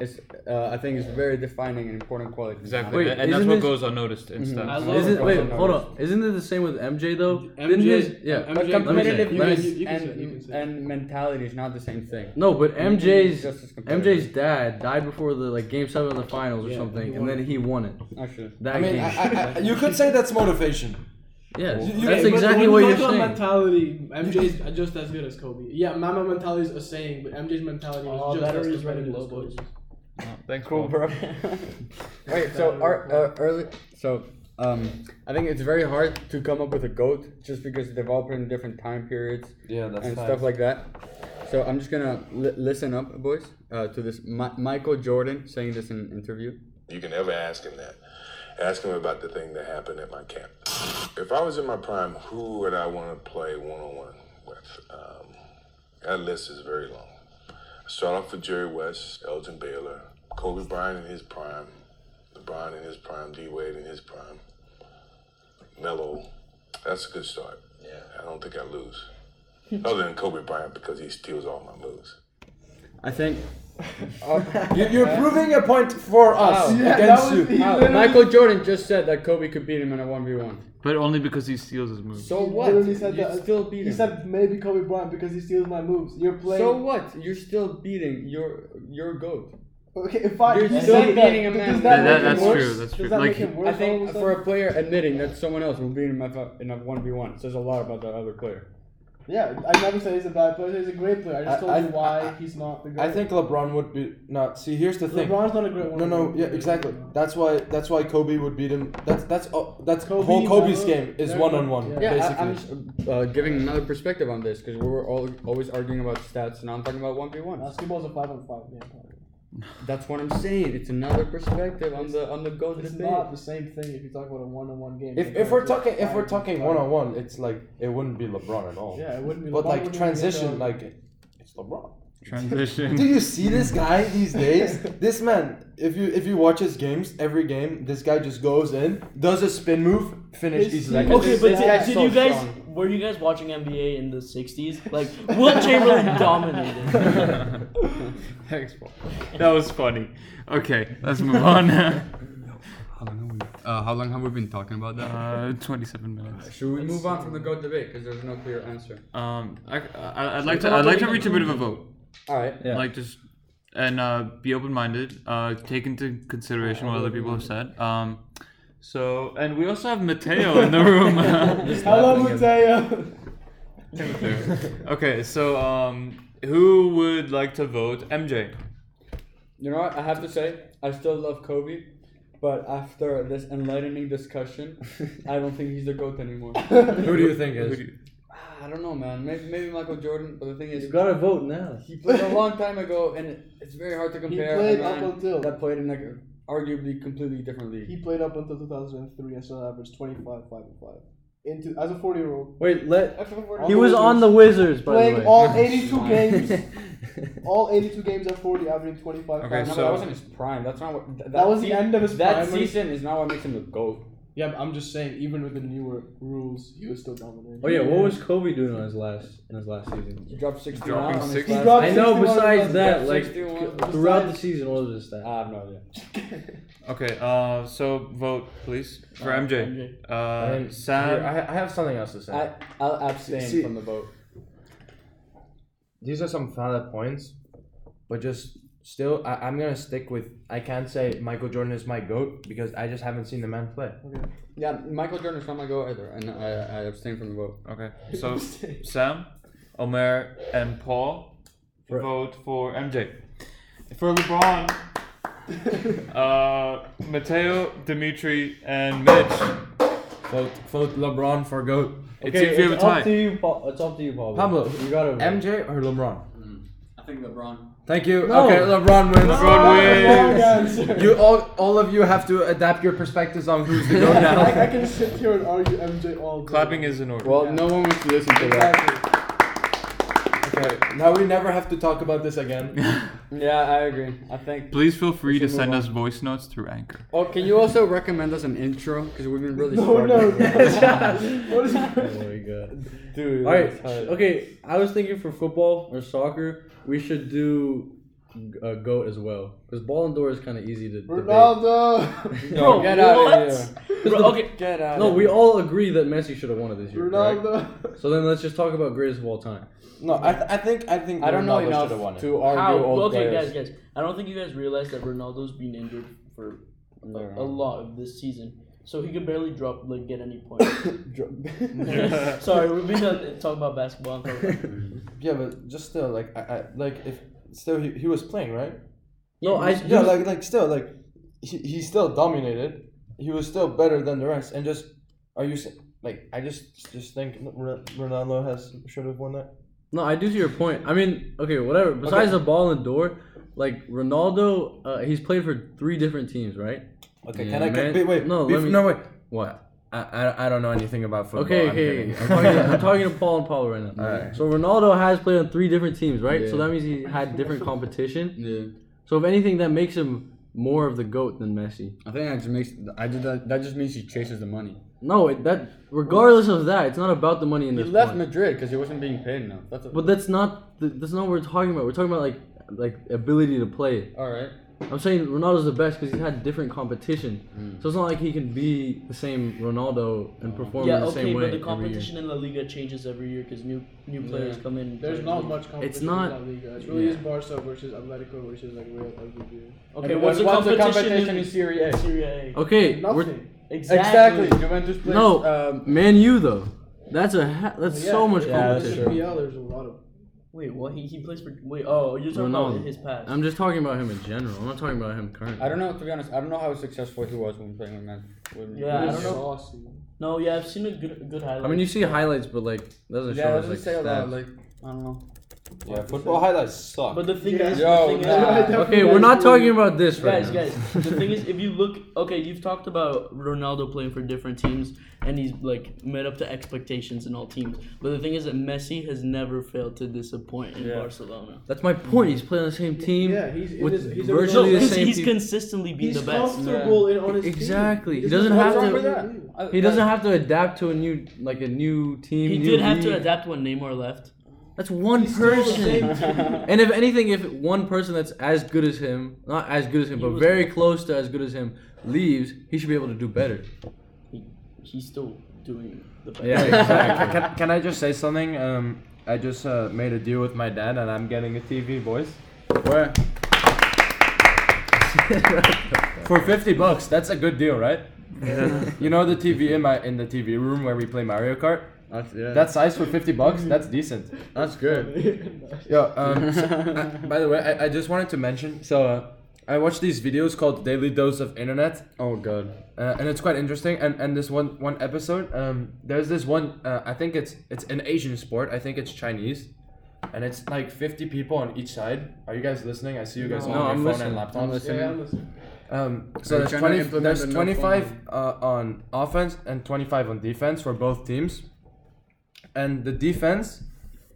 Speaker 4: is uh, I think is very defining and important quality.
Speaker 8: Exactly,
Speaker 7: Wait,
Speaker 8: and that's
Speaker 7: isn't
Speaker 8: what
Speaker 7: this-
Speaker 8: goes unnoticed
Speaker 3: mm,
Speaker 8: in
Speaker 4: I
Speaker 8: stats.
Speaker 5: love-
Speaker 7: Isn't, wait,
Speaker 4: Overall
Speaker 7: hold
Speaker 4: numbers.
Speaker 7: on. Isn't it the same with MJ though? Didn't his-
Speaker 5: MJ,
Speaker 7: yeah.
Speaker 4: But
Speaker 5: MJ,
Speaker 7: competitive-
Speaker 5: you can-
Speaker 7: let
Speaker 4: competitiveness
Speaker 7: me-
Speaker 5: you- you can say it, you can
Speaker 4: and,
Speaker 5: say it.
Speaker 4: and mentality is not the same thing.
Speaker 7: No, but MJ's
Speaker 4: Just as competitive.
Speaker 7: MJ's dad died before the like game seven of the finals or something, and then he won it.
Speaker 4: Actually,
Speaker 7: That
Speaker 6: I mean,
Speaker 7: game.
Speaker 6: I, I, I, you could say that's motivation.
Speaker 7: yeah,
Speaker 6: you- you-
Speaker 7: that's
Speaker 6: but
Speaker 7: exactly
Speaker 5: when
Speaker 7: what
Speaker 5: you
Speaker 7: you're
Speaker 5: talk about
Speaker 7: saying.
Speaker 5: mentality, MJ's just as good as Kobe. Yeah, Mama mentality is a saying, but MJ's mentality was
Speaker 2: Oh,
Speaker 5: just
Speaker 2: that
Speaker 5: as
Speaker 2: is
Speaker 5: competitive as
Speaker 2: low
Speaker 5: Kobe's.
Speaker 8: Thanks,
Speaker 4: cool,
Speaker 8: Paul.
Speaker 5: [laughs]
Speaker 4: bro. Wait, so our, uh, early, so um, I think it's very hard to come up with a goat just because they all in different time periods
Speaker 3: Yeah, that's
Speaker 4: and
Speaker 3: facts.
Speaker 4: stuff like that. So I'm just gonna li- listen up, boys, uh, to this Mi- Michael Jordan saying this in an interview.
Speaker 9: You can never ask him that. Ask him about the thing that happened at my camp. If I was in my prime, who would I want to play one on one with? Um, that list is very long. Start off with Jerry West, Elgin Baylor, Kobe Bryant in his prime, LeBron in his prime, D Wade in his prime, Melo. That's a good start. Yeah. I don't think I lose. Other than Kobe Bryant because he steals all my moves.
Speaker 4: I
Speaker 5: [laughs]
Speaker 4: think uh,
Speaker 6: You, you're proving a point for us against you.
Speaker 4: Wow, uh, Michael Jordan just said that Kobe could beat him in a one v one.
Speaker 1: But only because he steals his moves.
Speaker 4: So what?
Speaker 5: literally said
Speaker 4: You're
Speaker 5: that.
Speaker 4: still beating.
Speaker 5: He said maybe Kobe Bryant because he steals my moves. You're playing.
Speaker 4: so what? You're still beating your your goat.
Speaker 5: okay, fine.
Speaker 4: You're
Speaker 5: you
Speaker 4: still
Speaker 5: said that,
Speaker 4: beating a
Speaker 5: but
Speaker 4: man.
Speaker 5: Does that,
Speaker 4: That-
Speaker 5: make him
Speaker 1: that's
Speaker 5: worse?
Speaker 1: true, that's true.
Speaker 5: Does that
Speaker 1: Like,
Speaker 5: make him worse
Speaker 4: I
Speaker 5: all of
Speaker 4: think
Speaker 5: a
Speaker 4: for
Speaker 5: sudden?
Speaker 4: a player admitting that someone else will beat him in a one v one says a lot about that other player.
Speaker 5: yeah, I never said he's a bad player. He's a great player. I just
Speaker 6: I-
Speaker 5: told
Speaker 6: I-
Speaker 5: you why
Speaker 6: I-
Speaker 5: he's not the great.
Speaker 6: I think LeBron would be not. See, here's the thing.
Speaker 5: LeBron's not a great one.
Speaker 6: No, no, yeah, exactly. That's why. That's why Kobe would beat him. That's that's uh, that's whole Kobe's
Speaker 5: Melo,
Speaker 6: game is
Speaker 5: they're
Speaker 6: one on
Speaker 5: good.
Speaker 6: one.
Speaker 5: Yeah,
Speaker 4: Yeah,
Speaker 6: basically.
Speaker 4: I, I'm just, uh, giving another perspective on this because we were all always arguing about stats, and I'm talking about one v one.
Speaker 5: Basketball's a five on five game. probably.
Speaker 4: That's what I'm saying. It's another perspective on the on the goat
Speaker 5: It's
Speaker 4: debate.
Speaker 5: not the same thing if you talk about a one on one game.
Speaker 6: if
Speaker 5: compared
Speaker 6: if we're
Speaker 5: to a
Speaker 6: talking if we're
Speaker 5: five-on-five.
Speaker 6: talking one on one, it's like it wouldn't be LeBron at all.
Speaker 5: Yeah, it wouldn't be.
Speaker 6: But
Speaker 5: LeBron
Speaker 6: like
Speaker 5: wouldn't even get uh,
Speaker 6: transition,
Speaker 5: the-
Speaker 6: like it's LeBron.
Speaker 4: [laughs]
Speaker 6: Do
Speaker 1: Transition.
Speaker 6: you see this guy [laughs] these days? this man, if you if you watch his games, every game, this guy just goes in, does a spin move, finish
Speaker 5: His
Speaker 6: easily.
Speaker 5: team-
Speaker 2: Okay,
Speaker 5: This
Speaker 2: but
Speaker 5: is
Speaker 2: did,
Speaker 5: so
Speaker 2: did you guys
Speaker 4: strong.
Speaker 2: were you guys watching NBA in the '60s? Like Will Chamberlain dominated.
Speaker 1: [laughs] Thanks, Paul. That was funny. Okay, let's move
Speaker 4: [laughs]
Speaker 1: on.
Speaker 4: How long have we, uh, how long have we been talking about that?
Speaker 1: uh, 27 minutes.
Speaker 4: Should we move on from the goat debate because there's no clear answer?
Speaker 1: Um, I, I, I'd like to. I'd like to reach a bit of a vote.
Speaker 4: All right.
Speaker 7: Yeah.
Speaker 1: like just and uh, be open-minded uh, take into consideration what other people have said um, so and we also have mateo in the
Speaker 4: [laughs]
Speaker 1: room
Speaker 5: Hello, Mateo.
Speaker 1: okay so um, who would like to vote mj
Speaker 4: You know what? I have to say, I still love Kobe, but after this enlightening
Speaker 5: [laughs]
Speaker 4: discussion, I don't think he's the goat anymore.
Speaker 6: Who do you think is?
Speaker 4: I don't know, man. Maybe, maybe Michael Jordan, but the thing is,
Speaker 7: You gotta vote now.
Speaker 4: he
Speaker 5: [laughs]
Speaker 4: played a long time ago, and it- it's very hard to compare. a
Speaker 5: played
Speaker 4: man
Speaker 5: up until-
Speaker 4: that played in like arguably completely different league.
Speaker 5: He played up until 2003 and still averaged 25, 5 and 5. Into as a 40 year old,
Speaker 7: Wait, let. He
Speaker 5: he
Speaker 7: was on the Wizards, by the
Speaker 5: playing
Speaker 7: way.
Speaker 5: all
Speaker 2: [laughs]
Speaker 5: 82 games, all 82 games at 40, averaging 25.
Speaker 1: Okay,
Speaker 5: five.
Speaker 4: no,
Speaker 1: so-
Speaker 4: but that wasn't his prime. That's not what. th- That,
Speaker 5: That was the
Speaker 4: sea-
Speaker 5: end of his
Speaker 4: That
Speaker 5: prime when he-
Speaker 4: season is not what makes him the goat.
Speaker 5: Yeah, but I'm just saying, even with the newer rules, he was still dominating.
Speaker 7: Oh yeah, what was Kobe doing on his last in his last season?
Speaker 4: He dropped sixty.
Speaker 8: Dropping
Speaker 4: on his
Speaker 8: 60.
Speaker 4: last-
Speaker 5: dropped-
Speaker 7: I know.
Speaker 5: 61
Speaker 7: Besides
Speaker 5: was-
Speaker 7: that,
Speaker 4: yeah,
Speaker 7: like
Speaker 4: 61
Speaker 7: c- throughout the season, what was his stat?
Speaker 2: Uh,
Speaker 4: I have no idea.
Speaker 5: [laughs]
Speaker 7: [laughs]
Speaker 1: okay uh, so vote please for mj
Speaker 2: MJ.
Speaker 1: uh,
Speaker 6: And here,
Speaker 1: sam
Speaker 6: I, I have something else to say.
Speaker 4: I I'll abstain
Speaker 6: See-
Speaker 4: from the vote.
Speaker 6: These are some valid points, but just still, I, I'm gonna stick with. I can't say Michael Jordan is my goat because I just haven't seen the man play.
Speaker 4: Yeah, Michael Jordan is not my goat either, and I I abstain from the vote.
Speaker 1: okay
Speaker 7: [laughs]
Speaker 1: so sam omer and paul vote for mj for
Speaker 7: [laughs]
Speaker 1: lebron uh, mateo dimitri and mitch
Speaker 6: Vote, vote LeBron for goat.
Speaker 1: It seems we have a tie.
Speaker 7: up to you, Pa- It's up to you, Pablo.
Speaker 6: Pablo,
Speaker 7: you gotta. vote.
Speaker 6: MJ or LeBron?
Speaker 4: Mm, I think LeBron.
Speaker 6: Thank you.
Speaker 7: No.
Speaker 6: Okay, LeBron wins.
Speaker 1: LeBron wins.
Speaker 6: You all, all of you have to adapt your perspectives on who's the goat
Speaker 5: I, I
Speaker 6: now.
Speaker 5: can sit here and argue MJ all day.
Speaker 1: Clapping is in order.
Speaker 4: Well, no one wants to listen to that.
Speaker 6: okay, now we never have to talk about this again.
Speaker 4: Yeah, I agree. I
Speaker 6: [laughs]
Speaker 1: [laughs]
Speaker 4: think.
Speaker 1: Please feel free to
Speaker 4: move
Speaker 1: send
Speaker 4: on.
Speaker 1: us voice notes through Anchor.
Speaker 4: Oh, can you also recommend us an intro? Because we've been really
Speaker 5: [laughs] No, no.
Speaker 4: struggling.
Speaker 5: what
Speaker 7: [laughs]
Speaker 5: is
Speaker 7: Oh my god.
Speaker 4: Dude.
Speaker 7: All right.
Speaker 4: it's hard.
Speaker 7: Okay, I was thinking for football or soccer, we should do uh, goat as well. Because Ball and Door is kind of easy to debate.
Speaker 8: Ronaldo.
Speaker 2: Bro,
Speaker 4: Get out
Speaker 2: what?
Speaker 4: of here.
Speaker 2: Bro, okay,
Speaker 4: Get out.
Speaker 7: No,
Speaker 4: of
Speaker 7: we
Speaker 4: here.
Speaker 7: all agree that Messi should have won it this year. correct?
Speaker 8: Ronaldo.
Speaker 7: So then let's just talk about greatest of all time.
Speaker 4: No, I, th- I think I think
Speaker 7: I don't know
Speaker 4: Ronaldo
Speaker 7: enough
Speaker 4: should've won it.
Speaker 7: to
Speaker 2: how?
Speaker 4: old
Speaker 2: Okay,
Speaker 4: players.
Speaker 2: guys, guys. I don't think you guys realize that Ronaldo's been injured for a, a lot of this season, so he could barely drop like get [laughs] any points. Sorry, we've been uh, talking about [laughs] basketball.
Speaker 6: Yeah, but just still, like, I, I like if still he, he was playing, right?
Speaker 7: No, I
Speaker 6: Yeah, like like still like he, he still dominated. He was still better than the rest. And just are you s- like I just just think Ro- Ronaldo has should have won that.
Speaker 7: no, I do see your point. I mean, okay, whatever. Besides the ball and door, like Ronaldo, uh, he's played for three different teams, right?
Speaker 6: Okay,
Speaker 7: Yeah,
Speaker 6: can I
Speaker 7: man.
Speaker 6: can, wait wait
Speaker 7: No,
Speaker 6: bef-
Speaker 7: let me-
Speaker 6: no wait
Speaker 7: What?
Speaker 6: I, I I don't know anything about football.
Speaker 7: Okay,
Speaker 6: I'm
Speaker 7: okay.
Speaker 6: kidding.
Speaker 7: I'm talking, to, I'm talking to Paul and Paul right now.
Speaker 6: Alright.
Speaker 7: So Ronaldo has played on three different teams, right? So
Speaker 4: Yeah.
Speaker 7: that means he had different competition.
Speaker 4: [laughs] Yeah.
Speaker 7: So if anything, that makes him more of the goat than Messi.
Speaker 4: I think that just makes I did that. That just means he chases the money.
Speaker 7: No, it, that regardless of that, it's not about the money in
Speaker 4: He
Speaker 7: this.
Speaker 4: left
Speaker 7: point.
Speaker 4: Madrid because he wasn't being paid enough. That's a,
Speaker 7: But that's not th- that's not what we're talking about. We're talking about like like ability to play.
Speaker 4: all right.
Speaker 7: I'm saying Ronaldo's the best because he's had different competition. So it's not like he can be the same Ronaldo and perform in
Speaker 2: yeah,
Speaker 7: the
Speaker 2: okay,
Speaker 7: same way.
Speaker 2: but the
Speaker 7: every year.
Speaker 2: competition in La Liga changes every year because new new players come in. and
Speaker 5: There's
Speaker 2: play.
Speaker 5: not much competition
Speaker 7: It's not-
Speaker 5: in La Liga. It's really
Speaker 7: yeah.
Speaker 5: just Barca versus Atletico versus like Real every year.
Speaker 2: Okay,
Speaker 4: And
Speaker 2: what's the
Speaker 4: then what's the
Speaker 2: competition,
Speaker 4: competition
Speaker 2: in
Speaker 4: in Serie A?
Speaker 2: Serie A?
Speaker 7: Okay, we're,
Speaker 5: Nothing.
Speaker 4: Exactly. Juventus plays.
Speaker 7: no
Speaker 4: Um,
Speaker 7: Man U though. That's a ha- that's so much competition.
Speaker 5: Yeah, there's a lot of.
Speaker 2: Wait, what? He, he plays for. Wait, oh, you're talking
Speaker 7: Ronaldo.
Speaker 2: about his past.
Speaker 7: I'm just talking about him in general. I'm not talking about him currently.
Speaker 4: I don't know. To be honest, I don't know how successful he was when playing with Man. With
Speaker 2: Yeah, I
Speaker 4: with
Speaker 2: don't know.
Speaker 5: Saucy.
Speaker 2: No, yeah, I've seen a good good highlight.
Speaker 7: I mean, you see highlights, but like doesn't
Speaker 4: Yeah,
Speaker 7: show
Speaker 4: it
Speaker 7: us
Speaker 4: doesn't
Speaker 7: like.
Speaker 4: say a lot.
Speaker 7: stats.
Speaker 4: Like I don't know.
Speaker 6: Yeah, football highlights suck.
Speaker 2: but the thing is,
Speaker 4: Yo,
Speaker 2: the thing
Speaker 4: nah.
Speaker 2: is,
Speaker 7: okay, we're not talking about this right
Speaker 2: guys,
Speaker 7: now. [laughs]
Speaker 2: guys. The thing is, if you look, okay, you've talked about Ronaldo playing for different teams, and he's like met up to expectations in all teams. But the thing is that Messi has never failed to disappoint in Barcelona.
Speaker 7: That's my point. He's playing on the same team.
Speaker 5: Yeah, he's in
Speaker 7: with
Speaker 5: his- he's a
Speaker 2: No,
Speaker 7: virtually
Speaker 5: Really
Speaker 7: the
Speaker 2: he's,
Speaker 7: same.
Speaker 2: he's
Speaker 7: people.
Speaker 2: consistently been
Speaker 5: He's
Speaker 2: the best.
Speaker 5: comfortable in on his team.
Speaker 7: Exactly. He
Speaker 5: There's
Speaker 7: doesn't
Speaker 5: nothing
Speaker 7: have
Speaker 5: wrong
Speaker 7: to-
Speaker 5: with that.
Speaker 4: I-
Speaker 7: he doesn't have to adapt to a new like a new team.
Speaker 2: He
Speaker 7: new
Speaker 2: did have to
Speaker 7: league.
Speaker 2: adapt when Neymar left.
Speaker 7: That's one person. and if anything, if one person that's as good as him, not as good as him, but
Speaker 2: was-
Speaker 7: very close to as good as him, leaves, he should be able to do better.
Speaker 2: He, he's still doing the best.
Speaker 7: Yeah,
Speaker 6: exactly. can, can I just say something? Um, I just uh, made a deal with my dad, and I'm getting a TV, boys.
Speaker 4: Where?
Speaker 6: [laughs] For fifty bucks, that's a good deal, right? you know the TV in my in the TV room where we play Mario Kart.
Speaker 4: That's yeah.
Speaker 6: That size for fifty bucks, that's decent.
Speaker 4: that's good.
Speaker 6: Yo, um, so, I- by the way, I, I just wanted to mention. So uh, I watch these videos called Daily Dose of Internet.
Speaker 4: Oh god.
Speaker 6: uh, and it's quite interesting. And and this one one episode, um, there's this one. Uh, I think it's it's an Asian sport. I think it's Chinese, and it's like fifty people on each side. Are you guys listening? I see you guys
Speaker 5: No.
Speaker 6: on
Speaker 7: No,
Speaker 6: your
Speaker 7: I'm
Speaker 6: phone
Speaker 7: listening.
Speaker 4: I'm
Speaker 6: and laptops.
Speaker 4: listening.
Speaker 5: Yeah, listen.
Speaker 6: Um,
Speaker 4: Are
Speaker 6: so
Speaker 4: you
Speaker 6: there's
Speaker 4: trying to
Speaker 6: twenty.
Speaker 4: implement
Speaker 6: There's
Speaker 4: the no
Speaker 6: twenty five uh, on offense and twenty five on defense for both teams, and the defense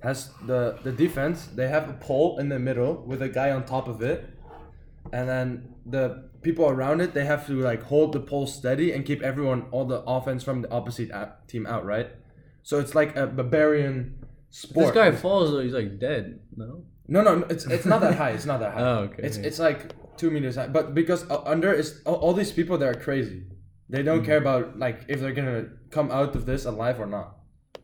Speaker 6: has the the defense. They have a pole in the middle with a guy on top of it, and then the people around it they have to like hold the pole steady and keep everyone all the offense from the opposite out, team out. Right, so it's like a barbarian
Speaker 7: This
Speaker 6: sport.
Speaker 7: guy falls though, he's like dead. No.
Speaker 6: No, no, no, it's it's not that high. It's not that high.
Speaker 7: Oh, okay.
Speaker 6: It's it's like two meters high. But because uh, under is all, all these people that are crazy. They don't care about like if they're gonna come out of this alive or not.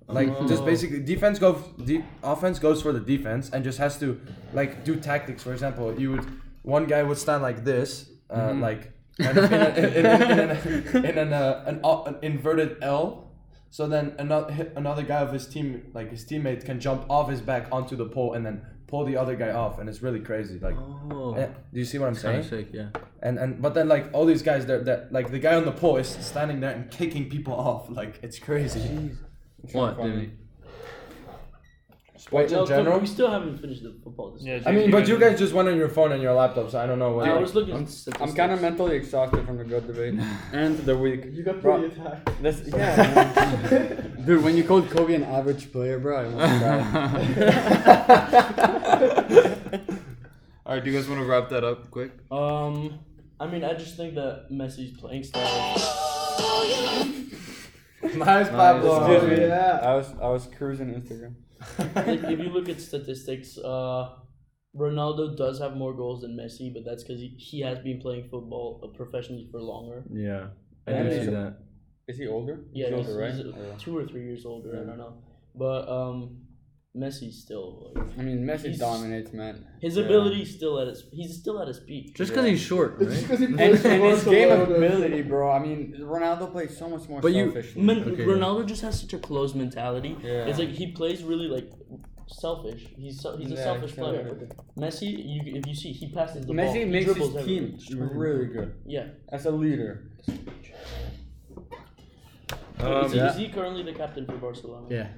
Speaker 6: Like just basically defense goes de- offense goes for the defense and just has to like do tactics. For example, you would one guy would stand like this, uh, like kind of in, a, in, in, in, an, in an, uh, an, o- an inverted L. So then another another guy of his team, like his teammate, can jump off his back onto the pole and then pull the other guy off, and it's really crazy. Like,
Speaker 7: Oh.
Speaker 6: eh, do you see what I'm
Speaker 7: Kinda
Speaker 6: saying?
Speaker 7: sick, yeah.
Speaker 6: And and but then like all these guys, they're, they're like the guy on the pole is standing there and kicking people off. Like it's crazy.
Speaker 7: What, dude?
Speaker 6: Sports
Speaker 2: No,
Speaker 6: in general.
Speaker 2: we still haven't finished the football. This
Speaker 6: I mean, but you guys just went on your phone and your laptop, so I don't know what.
Speaker 2: I was looking.
Speaker 4: I'm,
Speaker 2: at statistics.
Speaker 4: I'm kind of mentally exhausted from the goat debate [laughs] and the week.
Speaker 5: You got
Speaker 4: Bro,
Speaker 5: pretty attacked.
Speaker 4: That's, yeah. [laughs] Dude, when you called Kobe an average player, bro, I almost cried.
Speaker 8: All right, do you guys want to wrap that up quick?
Speaker 2: Um, I mean, I just think that Messi's playing style.
Speaker 6: nice, Pablo.
Speaker 4: Excuse me.
Speaker 5: Yeah.
Speaker 4: I was I was cruising Instagram.
Speaker 2: Like, if you look at statistics, uh,
Speaker 3: Ronaldo does have more goals than Messi, but that's because he, he has been playing football uh, professionally for longer.
Speaker 6: Yeah, I
Speaker 10: And
Speaker 6: do
Speaker 10: he's-
Speaker 6: see that.
Speaker 10: Is he older?
Speaker 3: Yeah,
Speaker 10: he's
Speaker 3: he's,
Speaker 10: older, right?
Speaker 3: he's
Speaker 10: Yeah.
Speaker 3: two or three years older. I don't know, but um, Messi's still like,
Speaker 10: [laughs] I mean, Messi
Speaker 3: He's-
Speaker 10: dominates,
Speaker 4: [laughs]
Speaker 10: man.
Speaker 3: his ability's still at his he's still at his peak.
Speaker 2: Just because he's short, right?
Speaker 4: because he
Speaker 10: And,
Speaker 4: plays
Speaker 10: and his
Speaker 4: so
Speaker 10: game
Speaker 4: well,
Speaker 10: of ability, bro. I mean, Ronaldo plays so much more
Speaker 4: But you-
Speaker 10: selfishly.
Speaker 3: Men-
Speaker 2: Okay.
Speaker 3: Ronaldo just has such a closed mentality.
Speaker 10: Yeah.
Speaker 3: It's like he plays really like selfish. He's so, he's a
Speaker 10: Yeah,
Speaker 3: selfish
Speaker 10: kinda.
Speaker 3: player. Messi, you if you see, he passes the ball.
Speaker 10: Messi
Speaker 3: he
Speaker 10: makes
Speaker 3: dribbles
Speaker 10: his
Speaker 3: everywhere.
Speaker 10: team really good
Speaker 3: Yeah.
Speaker 10: as a leader.
Speaker 3: is,
Speaker 6: Um,
Speaker 2: Oh,
Speaker 3: he, is he currently the captain for Barcelona?
Speaker 4: Yeah.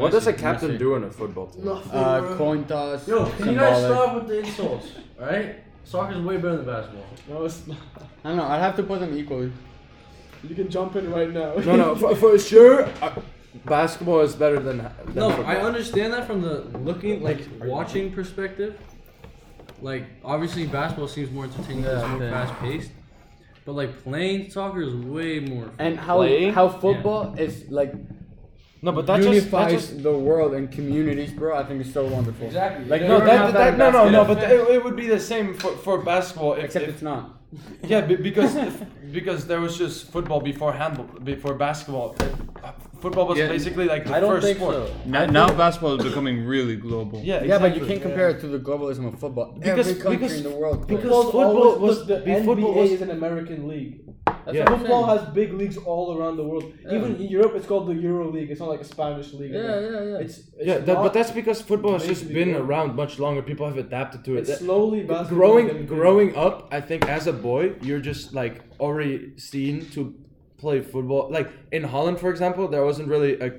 Speaker 6: what does a captain do on a football team?
Speaker 4: Uh, coin toss.
Speaker 6: Yo, can you guys
Speaker 4: symbolic.
Speaker 6: stop with the insults? All right, soccer's way better than basketball.
Speaker 5: No, it's not.
Speaker 10: I don't know. I'd have to put them equally.
Speaker 5: [laughs] You can jump in right now.
Speaker 6: No,
Speaker 5: [laughs]
Speaker 6: no, for, for sure, uh, basketball is better than. than
Speaker 11: No,
Speaker 6: football.
Speaker 11: I understand that from the looking, like watching perspective. Like obviously, basketball seems more entertaining, it's more fast paced. But like playing soccer is way more. Fun.
Speaker 4: And how how football is like
Speaker 6: no, but that's just,
Speaker 4: unifies
Speaker 6: that's just
Speaker 4: the world and communities, bro. I think it's so wonderful.
Speaker 10: Exactly.
Speaker 4: Like,
Speaker 6: no,
Speaker 4: don't
Speaker 6: that,
Speaker 4: have
Speaker 6: that,
Speaker 4: in
Speaker 6: no, no, no,
Speaker 4: basketball.
Speaker 6: but it, it would be the same for, for basketball. If,
Speaker 10: Except
Speaker 6: if-
Speaker 10: it's not.
Speaker 6: yeah, be- [laughs] because because there was just football before handball, before basketball. Uh, Football was
Speaker 2: Yeah,
Speaker 6: basically like the
Speaker 2: I don't
Speaker 6: first
Speaker 2: think
Speaker 6: sport.
Speaker 2: so.
Speaker 1: Now, now basketball is becoming really global.
Speaker 6: Yeah,
Speaker 4: Yeah, but you
Speaker 6: exactly.
Speaker 4: can't compare it to the globalism of football.
Speaker 6: Because-
Speaker 4: Every country
Speaker 6: because-
Speaker 4: in the world.
Speaker 6: because
Speaker 4: plays.
Speaker 6: football was
Speaker 5: the
Speaker 6: be- football
Speaker 5: NBA
Speaker 6: was-
Speaker 5: is an American league. That's
Speaker 6: Yeah.
Speaker 5: why football has big leagues all around the world. Even in Europe, it's called the Euro League. It's not like a Spanish league.
Speaker 11: Yeah, yeah, yeah.
Speaker 5: It's, it's
Speaker 6: Yeah, that, but
Speaker 5: not-
Speaker 6: that's because football has
Speaker 5: Amazing
Speaker 6: just been
Speaker 5: people.
Speaker 6: around much longer. People have adapted to it.
Speaker 5: it's
Speaker 6: That-
Speaker 5: slowly basketball
Speaker 6: growing
Speaker 5: became-
Speaker 6: growing up, I think as a boy, you're just like already seen to play football. Like in Holland, for example, there wasn't really a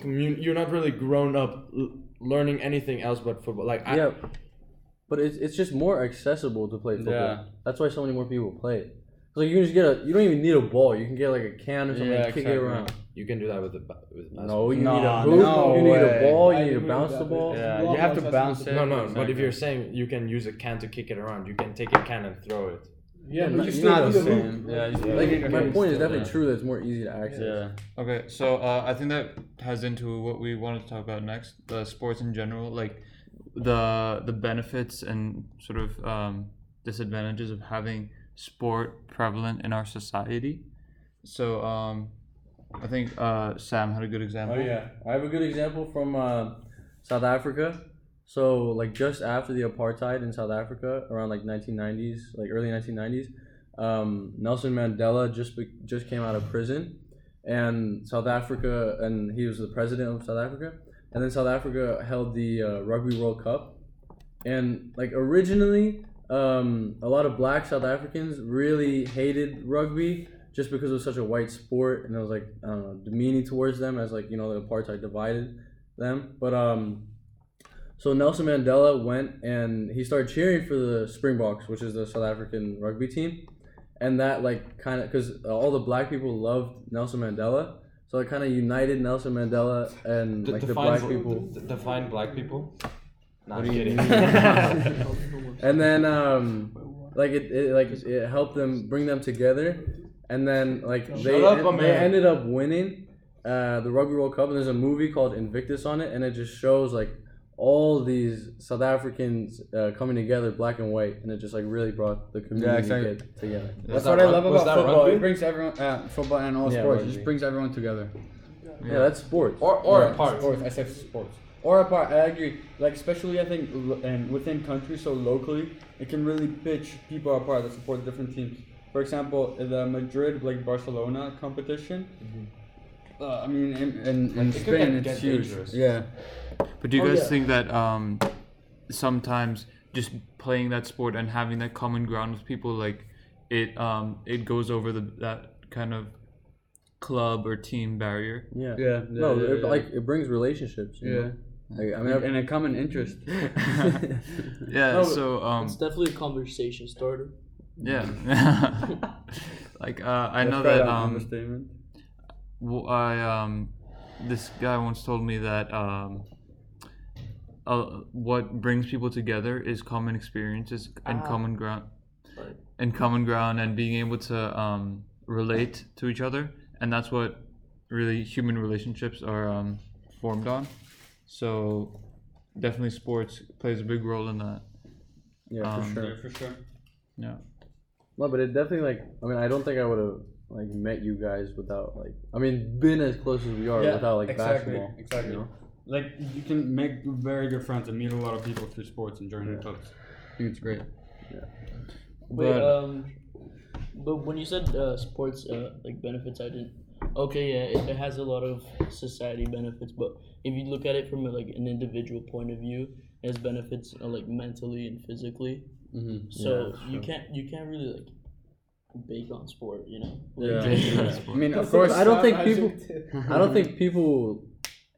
Speaker 6: commun. You're not really grown up l- learning anything else but football. Like I,
Speaker 2: Yeah, but it's, it's just more accessible to play football.
Speaker 10: Yeah.
Speaker 2: That's why so many more people play it. It's Like you can just get a, you don't even need a ball. You can get like a can or something,
Speaker 10: Yeah,
Speaker 2: and kick
Speaker 10: exactly.
Speaker 2: it around.
Speaker 6: you can do that with the ba- with
Speaker 2: No, you
Speaker 10: No,
Speaker 2: need a
Speaker 10: no
Speaker 2: hoop. you need
Speaker 10: way.
Speaker 2: a ball.
Speaker 5: I
Speaker 2: You need
Speaker 5: agree
Speaker 2: to
Speaker 5: with
Speaker 2: bounce
Speaker 5: that,
Speaker 2: the
Speaker 5: but
Speaker 2: ball.
Speaker 5: it's
Speaker 10: Yeah,
Speaker 5: long
Speaker 10: you have to
Speaker 5: process.
Speaker 10: bounce it.
Speaker 6: No, no. But if
Speaker 10: Exactly.
Speaker 6: you're saying you can use a can to kick it around, you can take a can and throw it.
Speaker 5: Yeah, but you
Speaker 4: it's
Speaker 5: still
Speaker 4: not
Speaker 5: need
Speaker 4: the
Speaker 5: a hoop.
Speaker 4: same. Yeah, you
Speaker 2: Like
Speaker 4: still-
Speaker 2: my point is definitely
Speaker 4: yeah.
Speaker 2: true that it's more easy to access.
Speaker 4: Yeah.
Speaker 1: Okay, so uh, I think that ties into what we wanted to talk about next, the sports in general, like the the benefits and sort of um, disadvantages of having sport prevalent in our society. So um, I think uh, Sam had a good example.
Speaker 2: Oh yeah, I have a good example from uh, South Africa. So like just after the apartheid in South Africa, around like 1990s, like early 1990s, um, Nelson Mandela just be- just came out of prison, and South Africa, and he was the president of South Africa, and then South Africa held the uh, Rugby World Cup, and like originally. Um, a lot of black South Africans really hated rugby just because it was such a white sport and it was like I don't know demeaning towards them as like you know the apartheid divided them. But um, so Nelson Mandela went and he started cheering for the Springboks, which is the South African rugby team, and that like kind of because all the black people loved Nelson Mandela, so it kind of united Nelson Mandela and like the black people.
Speaker 6: define black people. Nah,
Speaker 2: What do you
Speaker 6: kidding.
Speaker 5: [laughs]
Speaker 4: [laughs]
Speaker 2: and then um like it, it like it helped them bring them together and then like they,
Speaker 6: up,
Speaker 2: en-
Speaker 6: my
Speaker 2: they
Speaker 6: man.
Speaker 2: ended up winning uh, the rugby world cup and there's a movie called invictus on it and it just shows like all these south africans uh, coming together black and white and it just like really brought the community
Speaker 4: exactly.
Speaker 2: get together
Speaker 4: That's
Speaker 6: that
Speaker 4: what I
Speaker 6: rug-
Speaker 4: love
Speaker 6: was
Speaker 4: about
Speaker 6: that
Speaker 4: football.
Speaker 6: rugby?
Speaker 4: It brings everyone, uh, football and all
Speaker 2: Yeah,
Speaker 4: sports. It
Speaker 2: rugby.
Speaker 4: just brings everyone together.
Speaker 2: yeah, that's sports
Speaker 6: Or or
Speaker 4: Yeah,
Speaker 6: a part.
Speaker 4: Sports. I said sports. Or apart. I agree. Like especially, I think, lo- and within countries, so locally, it can really pitch people apart that support different teams. For example, the Madrid like Barcelona competition. Uh, I mean, in, in, in
Speaker 6: it could,
Speaker 4: Spain,
Speaker 6: like,
Speaker 4: it's
Speaker 6: get
Speaker 4: huge.
Speaker 6: dangerous.
Speaker 4: Yeah.
Speaker 1: But
Speaker 3: Oh,
Speaker 1: do you guys think that um, sometimes just playing that sport and having that common ground with people, like it um, it goes over the that kind of club or team barrier?
Speaker 2: yeah
Speaker 4: Yeah.
Speaker 2: no
Speaker 4: yeah,
Speaker 2: it,
Speaker 4: yeah.
Speaker 2: like it brings relationships you
Speaker 4: Yeah.
Speaker 2: know? Like, i mean
Speaker 4: And a common [laughs] interest.
Speaker 1: Yeah. so um,
Speaker 3: Oh, It's definitely a conversation starter.
Speaker 1: [laughs] Yeah. like uh, I know that um,
Speaker 4: Understatement.
Speaker 1: w- I um, this guy once told me that um, uh, what brings people together is common experiences and common ground, and common ground, and being able to um, relate to each other, and that's what really human relationships are um, formed on. So definitely sports plays a big role in that.
Speaker 3: Yeah,
Speaker 1: Um,
Speaker 3: for sure.
Speaker 4: for sure.
Speaker 1: Yeah.
Speaker 3: No, but it definitely like I mean I don't think I would have like met you guys without like I mean been as close as we are
Speaker 4: Yeah,
Speaker 3: without like
Speaker 4: exactly,
Speaker 3: basketball.
Speaker 4: exactly.
Speaker 3: You know?
Speaker 4: Like you can make very good friends and meet a lot of people through sports and during the clubs. I think it's great.
Speaker 2: Wait,
Speaker 1: But-
Speaker 2: um, but when you said uh, sports uh, like benefits, I didn't. Okay, yeah, it, it has a lot of society benefits, but if you look at it from like an individual point of view, it has benefits uh, like mentally and physically.
Speaker 4: Mm-hmm.
Speaker 2: So you can't you can't really like bake on sport, you know.
Speaker 3: Yeah.
Speaker 2: Like, [laughs]
Speaker 4: I mean, of
Speaker 3: the thing,
Speaker 4: course.
Speaker 3: I
Speaker 6: [laughs]
Speaker 3: don't think
Speaker 4: uh,
Speaker 5: [laughs]
Speaker 3: people- [laughs] I don't think people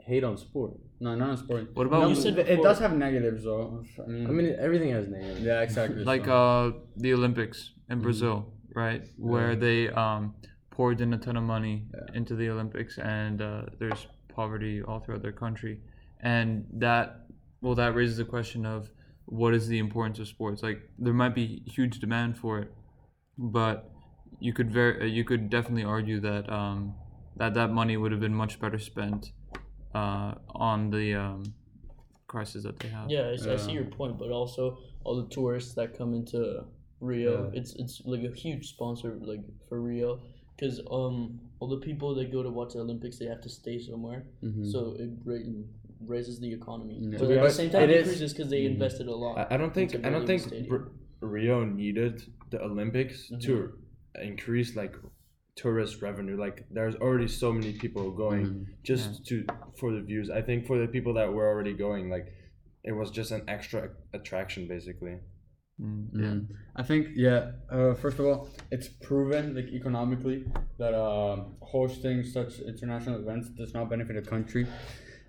Speaker 3: hate on sport.
Speaker 4: No, not a sport.
Speaker 1: What about
Speaker 2: you said
Speaker 4: It
Speaker 2: before-
Speaker 4: does have negatives, though. I mean,
Speaker 3: I mean everything has names.
Speaker 4: yeah,
Speaker 1: [laughs]
Speaker 4: exactly.
Speaker 1: like
Speaker 4: so.
Speaker 1: uh the Olympics in Brazil, right? Where they um poured in a ton of money into the Olympics, and uh, there's poverty all throughout their country, and that well that raises the question of what is the importance of sports? Like there might be huge demand for it, but you could very you could definitely argue that um that that money would have been much better spent uh on the um crisis that they have.
Speaker 2: Yeah, I, s- I see your point, but also all the tourists that come into Rio, it's it's like a huge sponsor like for Rio, because um all the people that go to watch the Olympics they have to stay somewhere,
Speaker 3: Hmm.
Speaker 4: mm-hmm.
Speaker 2: so it ra- raises the economy. But at the same time, it increases because
Speaker 3: Hmm.
Speaker 2: they invested a
Speaker 1: Uh,
Speaker 2: lot.
Speaker 6: I, I don't think
Speaker 2: into
Speaker 6: I don't
Speaker 2: building the
Speaker 6: think
Speaker 2: stadium. Mm-hmm.
Speaker 6: Br- Rio needed the Olympics to increase like tourist revenue. Like there's already so many people going
Speaker 2: Mm-hmm.
Speaker 6: just to for the views. I think for the people that were already going, like it was just an extra attraction basically.
Speaker 1: Mm, yeah.
Speaker 4: Mm. I think yeah. Uh, first of all, it's proven like economically that um, hosting such international events does not benefit a country,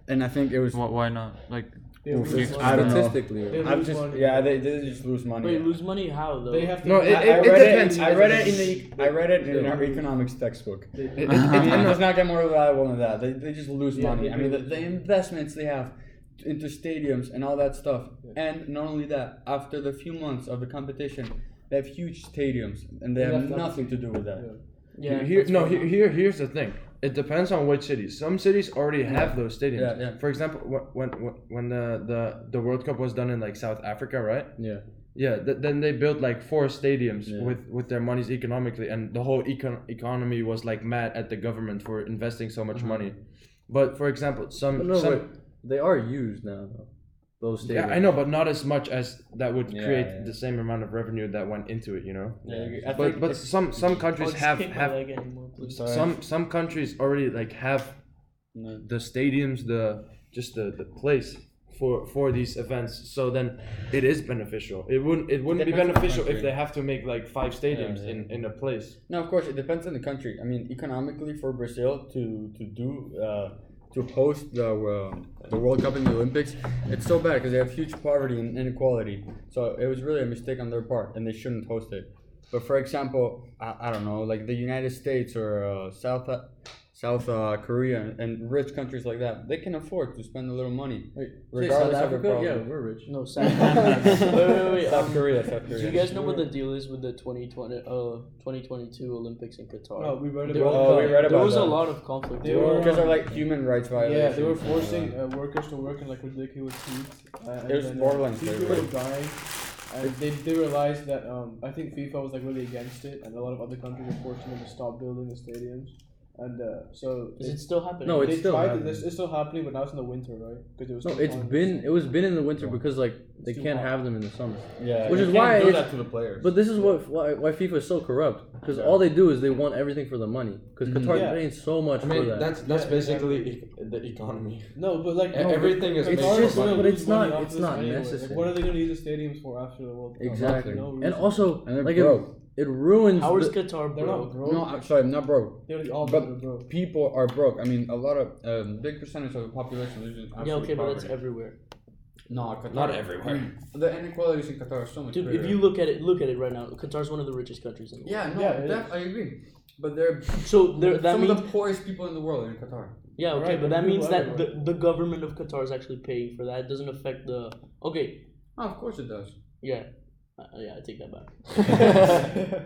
Speaker 4: and I think it was.
Speaker 1: Why, why not? Like
Speaker 5: They lose
Speaker 1: fix-
Speaker 5: money.
Speaker 4: I don't know.
Speaker 3: Statistically,
Speaker 5: They
Speaker 4: I'm
Speaker 5: lose
Speaker 4: just
Speaker 5: money.
Speaker 4: yeah. They, they just lose money.
Speaker 2: Wait, lose money how though?
Speaker 5: They have to.
Speaker 6: No,
Speaker 4: I, I
Speaker 6: It- it
Speaker 4: read
Speaker 6: depends.
Speaker 4: it. I read it in the. I read it in our economics textbook.
Speaker 5: They-
Speaker 6: It-
Speaker 4: It,
Speaker 6: it- it-
Speaker 4: does not get more valuable than that. They, they just lose
Speaker 5: Yeah,
Speaker 4: money.
Speaker 5: they
Speaker 4: I mean,
Speaker 5: do.
Speaker 4: the, the investments they have into stadiums and all that stuff. And not only that, after the few months of the competition, they have huge stadiums and they
Speaker 5: Yeah,
Speaker 4: have
Speaker 5: that's-
Speaker 4: nothing to do with that.
Speaker 2: yeah,
Speaker 6: here,
Speaker 2: that's
Speaker 6: no,
Speaker 2: fair
Speaker 6: here,
Speaker 2: enough.
Speaker 6: here, here's the thing. It depends on which cities. Some cities already have those stadiums.
Speaker 4: Yeah, yeah.
Speaker 6: For example, wh- when when when the, the the World Cup was done in like South Africa, right?
Speaker 3: Yeah.
Speaker 6: Yeah. Th- then they built like four stadiums with with their monies economically, and the whole econ- economy was like mad at the government for investing so much money. But for example, some
Speaker 3: no,
Speaker 6: some.
Speaker 3: wait, they are used now though. Those stadiums.
Speaker 6: Yeah, I know, but not as much as that would
Speaker 3: Yeah,
Speaker 6: create
Speaker 3: yeah.
Speaker 6: the same amount of revenue that went into it, you know.
Speaker 4: Yeah, I
Speaker 6: But but some some countries
Speaker 2: I'll just [laughs]
Speaker 6: have
Speaker 2: kick my
Speaker 6: have
Speaker 2: leg Oh, anymore, please.
Speaker 4: Sorry.
Speaker 6: some some countries already like have
Speaker 4: No.
Speaker 6: the stadiums the just the, the place for for these events so then it is beneficial it wouldn't it wouldn't be
Speaker 4: Depends on the
Speaker 6: beneficial if
Speaker 4: country.
Speaker 6: they have to make like five stadiums in in a place
Speaker 4: No, of course it depends on the country. I mean, economically for Brazil to to do uh, to host the uh, the World Cup and the Olympics, it's so bad because they have huge poverty and inequality. So it was really a mistake on their part, and they shouldn't host it. But for example, I, I don't know, like the United States or uh, South South uh, Korea and, and rich countries like that, they can afford to spend a little money.
Speaker 3: Wait, say South
Speaker 4: regardless of the
Speaker 3: Africa? Yeah,
Speaker 4: [laughs] problem.
Speaker 3: we're rich.
Speaker 2: No, South Africa. [laughs] wait, wait, wait.
Speaker 4: South
Speaker 2: um,
Speaker 4: Korea, South
Speaker 2: Do
Speaker 4: Korea.
Speaker 2: you guys know what the deal is with the 2020, uh, 2022 Olympics in Qatar?
Speaker 5: No, we read
Speaker 2: There-
Speaker 5: about.
Speaker 4: Oh, we read
Speaker 2: there
Speaker 4: about
Speaker 2: was a
Speaker 4: that.
Speaker 2: lot of conflict.
Speaker 5: They
Speaker 2: There
Speaker 5: were-
Speaker 4: because of like human rights violations.
Speaker 5: Yeah, they were
Speaker 4: and all that.
Speaker 5: forcing uh, workers to work in like ridiculous heat. Uh, and
Speaker 4: was
Speaker 5: then, uh,
Speaker 4: borderline
Speaker 5: People
Speaker 4: slavery.
Speaker 5: were dying, and they, they realized that um, I think FIFA was like really against it, and a lot of other countries were forcing them to stop building the stadiums, and uh, so
Speaker 2: Is it still happening?
Speaker 3: No, it's
Speaker 5: they
Speaker 3: still
Speaker 5: tried
Speaker 3: happening.
Speaker 5: This, it's still happening, but now it's in the winter, right? Because it was.
Speaker 3: No,
Speaker 5: too
Speaker 3: it's
Speaker 5: hot.
Speaker 3: been it was been in the winter because like they
Speaker 5: too
Speaker 3: can't
Speaker 5: hot.
Speaker 3: have them in the summer.
Speaker 4: Yeah,
Speaker 3: Which
Speaker 4: you
Speaker 3: is
Speaker 4: can't
Speaker 3: why
Speaker 4: do
Speaker 3: it's-
Speaker 4: that to the players.
Speaker 3: But this is what why, why FIFA is so corrupt because all they do is they want everything for the money because Qatar
Speaker 5: Mm-hmm. Yeah.
Speaker 3: pays so much
Speaker 6: i
Speaker 3: for
Speaker 6: mean
Speaker 3: that.
Speaker 6: that's that's
Speaker 5: Yeah,
Speaker 6: basically e- the economy
Speaker 5: No, but like
Speaker 6: E- everything is
Speaker 5: Qatar is
Speaker 6: made for
Speaker 5: just
Speaker 6: money.
Speaker 5: gonna
Speaker 3: But
Speaker 5: lose
Speaker 3: it's not-
Speaker 5: money off
Speaker 3: it's
Speaker 5: this
Speaker 3: not
Speaker 5: anyway. Like,
Speaker 3: necessary.
Speaker 5: what are they gonna use the stadiums for after the World Cup?
Speaker 3: exactly,
Speaker 5: No reason.
Speaker 3: and also
Speaker 4: And they're
Speaker 3: like
Speaker 4: broke.
Speaker 3: it, it ruins.
Speaker 2: How is
Speaker 3: the-
Speaker 2: Qatar
Speaker 5: they're not
Speaker 2: broke?
Speaker 5: broke.
Speaker 4: No, I'm sorry, I'm not broke.
Speaker 5: they're all
Speaker 4: but-
Speaker 5: broke, bro.
Speaker 4: People are broke. I mean, a lot of um, big percentage of the population lives in absolute
Speaker 2: Yeah, okay, but
Speaker 4: poverty.
Speaker 2: that's everywhere.
Speaker 4: no, Qatar.
Speaker 6: not everywhere
Speaker 4: The inequalities in Qatar are so much.
Speaker 2: Dude,
Speaker 4: greater.
Speaker 2: if you look at it, look at it right now. Qatar's one of the richest countries in the world.
Speaker 4: yeah, no,
Speaker 5: Yeah, it
Speaker 4: that,
Speaker 5: is.
Speaker 4: I agree. But they're
Speaker 2: So there, that
Speaker 4: some
Speaker 2: means
Speaker 4: of the poorest people in the world are in Qatar.
Speaker 2: yeah, okay,
Speaker 5: Right,
Speaker 2: but that
Speaker 5: people
Speaker 2: means that the,
Speaker 5: everywhere.
Speaker 2: the government of Qatar is actually paying for that. It doesn't affect the okay.
Speaker 4: Oh, of course it does.
Speaker 2: Yeah, uh, yeah, I take that back.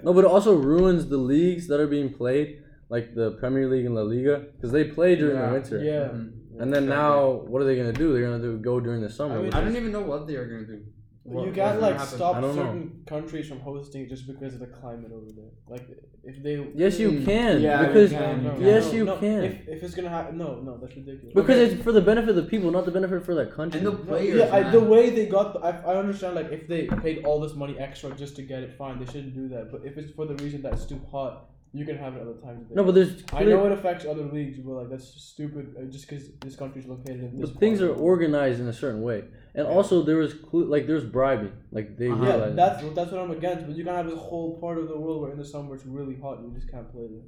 Speaker 3: No, but it also ruins the leagues that are being played, like the Premier League and La Liga, because they play during the
Speaker 4: Yeah.
Speaker 3: winter.
Speaker 5: [laughs] Yeah.
Speaker 4: Mhm.
Speaker 8: And then now, what are they gonna do? They're gonna do, go during the summer.
Speaker 5: I mean,
Speaker 8: which
Speaker 4: I
Speaker 8: is-
Speaker 4: don't even know what they are gonna do. What-
Speaker 5: you
Speaker 4: what's
Speaker 5: can't
Speaker 4: gonna
Speaker 5: like
Speaker 4: happen.
Speaker 5: stop
Speaker 8: I don't know.
Speaker 5: certain countries from hosting just because of the climate over there. Like if they
Speaker 8: yes, you
Speaker 4: Mm.
Speaker 8: can
Speaker 4: Yeah,
Speaker 8: because
Speaker 4: you can, you
Speaker 5: No,
Speaker 4: can.
Speaker 8: yes,
Speaker 5: no,
Speaker 8: you
Speaker 5: no,
Speaker 8: can.
Speaker 5: If, if it's gonna happen, no, no, that's ridiculous.
Speaker 8: because it's for the benefit of the people, not the benefit for that country.
Speaker 4: And the
Speaker 5: No,
Speaker 4: players.
Speaker 5: yeah, I,
Speaker 4: man.
Speaker 5: the way they got, the, I, I understand. Like, if they paid all this money extra just to get it, fine, they shouldn't do that. But if it's for the reason that it's too hot, you can have it other times. of the
Speaker 8: no,
Speaker 5: day.
Speaker 8: but there's
Speaker 5: I
Speaker 8: clear-
Speaker 5: know it affects other leagues, but like that's just stupid. uh, Just because this country's located in this.
Speaker 8: but things are
Speaker 5: part.
Speaker 8: organized in a certain way, and also there was clu- like there's bribing. Like they
Speaker 4: Uh-huh.
Speaker 5: Yeah,
Speaker 8: realize
Speaker 5: that's that's what I'm against. But you can have this whole part of the world where in the summer it's really hot and you just can't play there.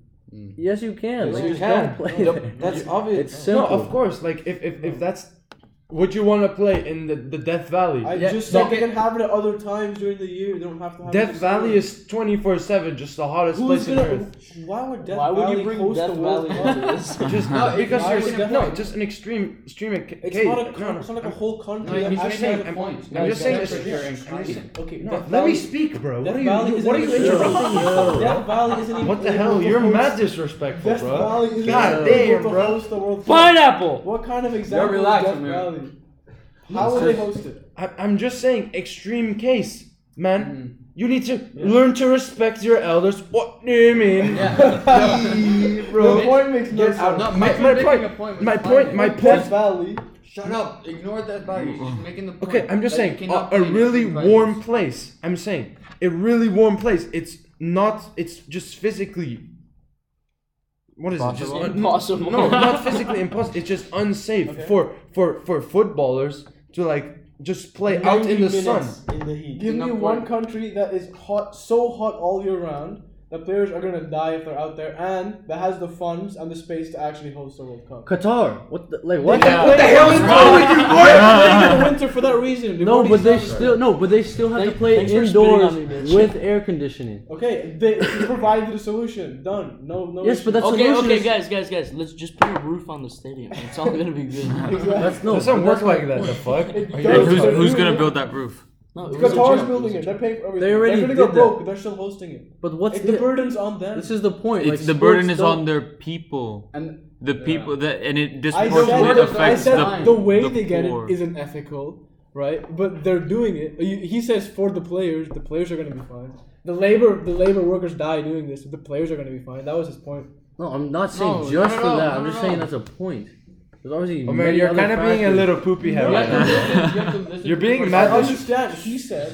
Speaker 8: yes, you can.
Speaker 6: Yes,
Speaker 8: like,
Speaker 6: you
Speaker 8: just
Speaker 6: can.
Speaker 8: don't play
Speaker 3: Yup,
Speaker 8: there.
Speaker 3: that's obvious.
Speaker 8: It's simple.
Speaker 6: No, of course. Like if if, if that's would you want to play in the, the Death Valley?
Speaker 5: I
Speaker 4: Yeah,
Speaker 5: just
Speaker 6: no,
Speaker 5: said they can have it at other times during the year. They don't have to have. it
Speaker 6: Death
Speaker 5: in
Speaker 6: Valley
Speaker 5: summer.
Speaker 6: is twenty four seven, just the hottest
Speaker 5: Who's
Speaker 6: place on
Speaker 5: gonna? [laughs]
Speaker 6: earth.
Speaker 5: Why would Death
Speaker 2: Why would
Speaker 5: Valley
Speaker 2: you bring
Speaker 5: host
Speaker 2: Death
Speaker 5: the World
Speaker 2: Valley
Speaker 5: Cup?
Speaker 2: into this?
Speaker 6: Just no, because
Speaker 5: why would
Speaker 6: there's
Speaker 5: Death
Speaker 6: no,
Speaker 5: Valley-
Speaker 6: just an extreme extreme. ca-
Speaker 5: It's
Speaker 6: case.
Speaker 5: not a.
Speaker 6: No,
Speaker 5: Con-
Speaker 6: no,
Speaker 5: it's not like a
Speaker 6: I'm-
Speaker 5: whole
Speaker 6: no,
Speaker 5: country.
Speaker 6: I'm
Speaker 5: that
Speaker 6: just
Speaker 5: actually
Speaker 6: saying.
Speaker 5: has a
Speaker 6: I'm,
Speaker 5: point.
Speaker 6: I'm just saying. It's,
Speaker 4: temperature and climate.
Speaker 5: Okay,
Speaker 6: no,
Speaker 5: Death
Speaker 6: let me
Speaker 5: Valley-
Speaker 6: speak, bro. What
Speaker 5: Death
Speaker 6: are
Speaker 5: Valley
Speaker 6: you?
Speaker 5: isn't
Speaker 6: What are you
Speaker 5: even
Speaker 6: interrupting?
Speaker 5: Death Valley isn't even
Speaker 6: What the
Speaker 5: able
Speaker 6: hell?
Speaker 5: to
Speaker 6: You're
Speaker 5: host-
Speaker 6: mad disrespectful,
Speaker 5: Death
Speaker 6: bro.
Speaker 5: Valley isn't
Speaker 6: God
Speaker 5: even able
Speaker 6: damn,
Speaker 5: to
Speaker 6: bro.
Speaker 5: host the World Cup.
Speaker 6: Pineapple.
Speaker 5: What kind of example
Speaker 4: relax,
Speaker 5: is Death
Speaker 4: man.
Speaker 5: Valley? How would they host it?
Speaker 6: I, I'm just saying, extreme case, man.
Speaker 4: Hmm.
Speaker 6: You need to learn to respect your elders. What do you mean? Yeah,
Speaker 5: The
Speaker 6: bro.
Speaker 5: point makes no sense.
Speaker 4: out. No,
Speaker 6: [laughs] My,
Speaker 4: Mike's
Speaker 6: my
Speaker 4: making
Speaker 6: point.
Speaker 4: a point with
Speaker 6: my
Speaker 4: the
Speaker 6: point. My
Speaker 5: Death
Speaker 6: point.
Speaker 5: Valley.
Speaker 4: Shut up! Ignore that value. She's making the point.
Speaker 6: Okay, I'm just
Speaker 4: that you
Speaker 6: saying a,
Speaker 4: cannot
Speaker 6: a
Speaker 4: play in
Speaker 6: really
Speaker 4: different
Speaker 6: warm
Speaker 4: climates.
Speaker 6: place. I'm saying a really warm place. It's not. It's just physically. What is it? Just un-
Speaker 2: Impossible.
Speaker 6: No, not physically impossible. It's just unsafe for for for footballers to like just play out in the
Speaker 5: 90
Speaker 6: sun.
Speaker 5: minutes In the heat. Give
Speaker 4: Enough
Speaker 5: me
Speaker 4: point.
Speaker 5: one country that is hot, so hot all year round. that players are gonna die if they're out there, and that has the funds and the space to actually host the World Cup.
Speaker 8: Qatar. What? The, like what?
Speaker 5: What the hell
Speaker 6: is wrong with you, boy?
Speaker 5: in the winter for that reason. They've
Speaker 8: No,
Speaker 5: already
Speaker 8: but they
Speaker 5: established
Speaker 8: still no, but they still have to
Speaker 2: Thank-
Speaker 8: play
Speaker 2: thanks for spitting on
Speaker 8: indoors
Speaker 2: me, bitch.
Speaker 8: with air conditioning.
Speaker 5: that. Okay, they you provided a solution. Done. No, no.
Speaker 8: Yes, but
Speaker 5: issue.
Speaker 8: that's
Speaker 2: Okay,
Speaker 8: solution
Speaker 2: okay,
Speaker 8: is-
Speaker 2: guys, guys, guys. Let's just put a roof on the stadium. It's all gonna be
Speaker 8: [laughs]
Speaker 2: good.
Speaker 8: That's no.
Speaker 6: Doesn't
Speaker 8: but
Speaker 6: work
Speaker 8: that's
Speaker 6: like
Speaker 8: not-
Speaker 6: that. The fuck? Are you
Speaker 5: does.
Speaker 1: And
Speaker 6: retarded?
Speaker 1: who's, who's gonna build that roof?
Speaker 2: No, it was a
Speaker 5: Qatar's
Speaker 2: joke.
Speaker 5: building it. They're paying for everything.
Speaker 8: They already
Speaker 5: are gonna go
Speaker 8: did that.
Speaker 5: broke. They're still hosting it.
Speaker 8: But what's
Speaker 5: If the
Speaker 8: the?
Speaker 5: burden's on them.
Speaker 8: This is the point.
Speaker 1: It's
Speaker 8: like,
Speaker 1: the burden
Speaker 8: sports
Speaker 1: is
Speaker 8: don't-
Speaker 1: on their people.
Speaker 4: And
Speaker 1: The people that and it
Speaker 5: I said,
Speaker 1: disproportionately
Speaker 5: the, I
Speaker 1: affects
Speaker 5: said
Speaker 1: the,
Speaker 5: the way
Speaker 1: the
Speaker 5: they get
Speaker 1: poor.
Speaker 5: it isn't ethical, right? But they're doing it. You- He says for the players, the players are going to be fine. The labor, the labor workers die doing this. The players are going to be fine. That was his point.
Speaker 8: No, I'm not saying
Speaker 4: No,
Speaker 8: just
Speaker 4: no,
Speaker 8: for
Speaker 4: no,
Speaker 8: that.
Speaker 4: no,
Speaker 8: I'm
Speaker 4: no,
Speaker 8: just
Speaker 4: no.
Speaker 8: saying that's a point. There's obviously
Speaker 6: Oh, man,
Speaker 8: many
Speaker 6: you're
Speaker 8: other
Speaker 6: kind of being a
Speaker 8: factors.
Speaker 6: little poopy head
Speaker 4: you
Speaker 6: right
Speaker 4: have to
Speaker 6: now.
Speaker 4: listen-
Speaker 1: [laughs]
Speaker 4: you have to listen
Speaker 6: You're
Speaker 4: to
Speaker 6: being
Speaker 4: what
Speaker 5: I
Speaker 6: mad
Speaker 4: you're saying.
Speaker 5: understand. He said,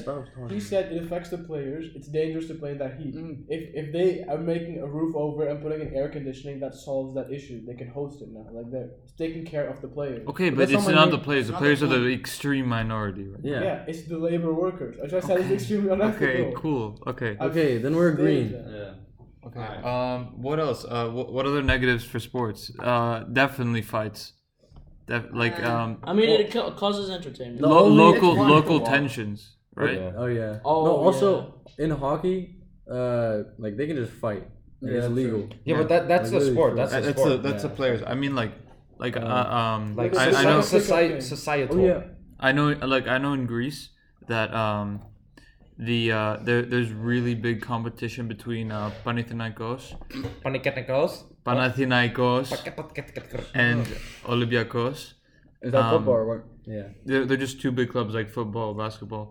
Speaker 5: he said it affects the players. It's dangerous to play in that heat.
Speaker 4: Mm.
Speaker 5: If if they are making a roof over it and putting in air conditioning, that solves that issue. They can host it now. Like they're taking care of the players.
Speaker 1: Okay, but
Speaker 8: that's
Speaker 1: it's
Speaker 8: not my
Speaker 1: not the
Speaker 8: main-
Speaker 1: players. The
Speaker 4: not
Speaker 1: players
Speaker 4: the
Speaker 1: are the extreme minority. Right?
Speaker 8: Yeah.
Speaker 5: Yeah, it's the labor workers. I just said it's extremely unethical.
Speaker 1: Okay, cool. Okay.
Speaker 8: Okay, then we're agreeing.
Speaker 5: Danger.
Speaker 4: Okay.
Speaker 1: Um, what else? Uh, what, what other negatives for sports? Uh, definitely fights. Def- like
Speaker 8: Uh,
Speaker 1: um,
Speaker 2: I mean, it ca- causes entertainment.
Speaker 8: The
Speaker 1: lo-
Speaker 8: only-
Speaker 1: local
Speaker 4: it's one
Speaker 1: local
Speaker 4: for one.
Speaker 1: tensions, right?
Speaker 6: Yeah.
Speaker 8: Oh yeah.
Speaker 2: Oh,
Speaker 8: no, also in hockey, uh, like they can just fight. Like, it's legal.
Speaker 6: Yeah, but that that's
Speaker 8: Like,
Speaker 6: a
Speaker 8: really
Speaker 6: sport.
Speaker 8: true.
Speaker 6: That's
Speaker 1: Uh,
Speaker 6: a
Speaker 1: That's a
Speaker 6: sport.
Speaker 1: that's a players. I mean, like like uh, um,
Speaker 6: Like
Speaker 1: I, I
Speaker 6: soci-
Speaker 1: know
Speaker 6: soci- societal.
Speaker 8: Oh yeah.
Speaker 1: I know, like I know in Greece that um, the uh, there, there's really big competition between uh, Panathinaikos,
Speaker 6: Paniketnikos.
Speaker 1: Panathinaikos, and Olympiakos.
Speaker 4: Is that
Speaker 1: Um,
Speaker 4: football or what?
Speaker 8: Yeah.
Speaker 1: They're, they're just two big clubs like football, basketball,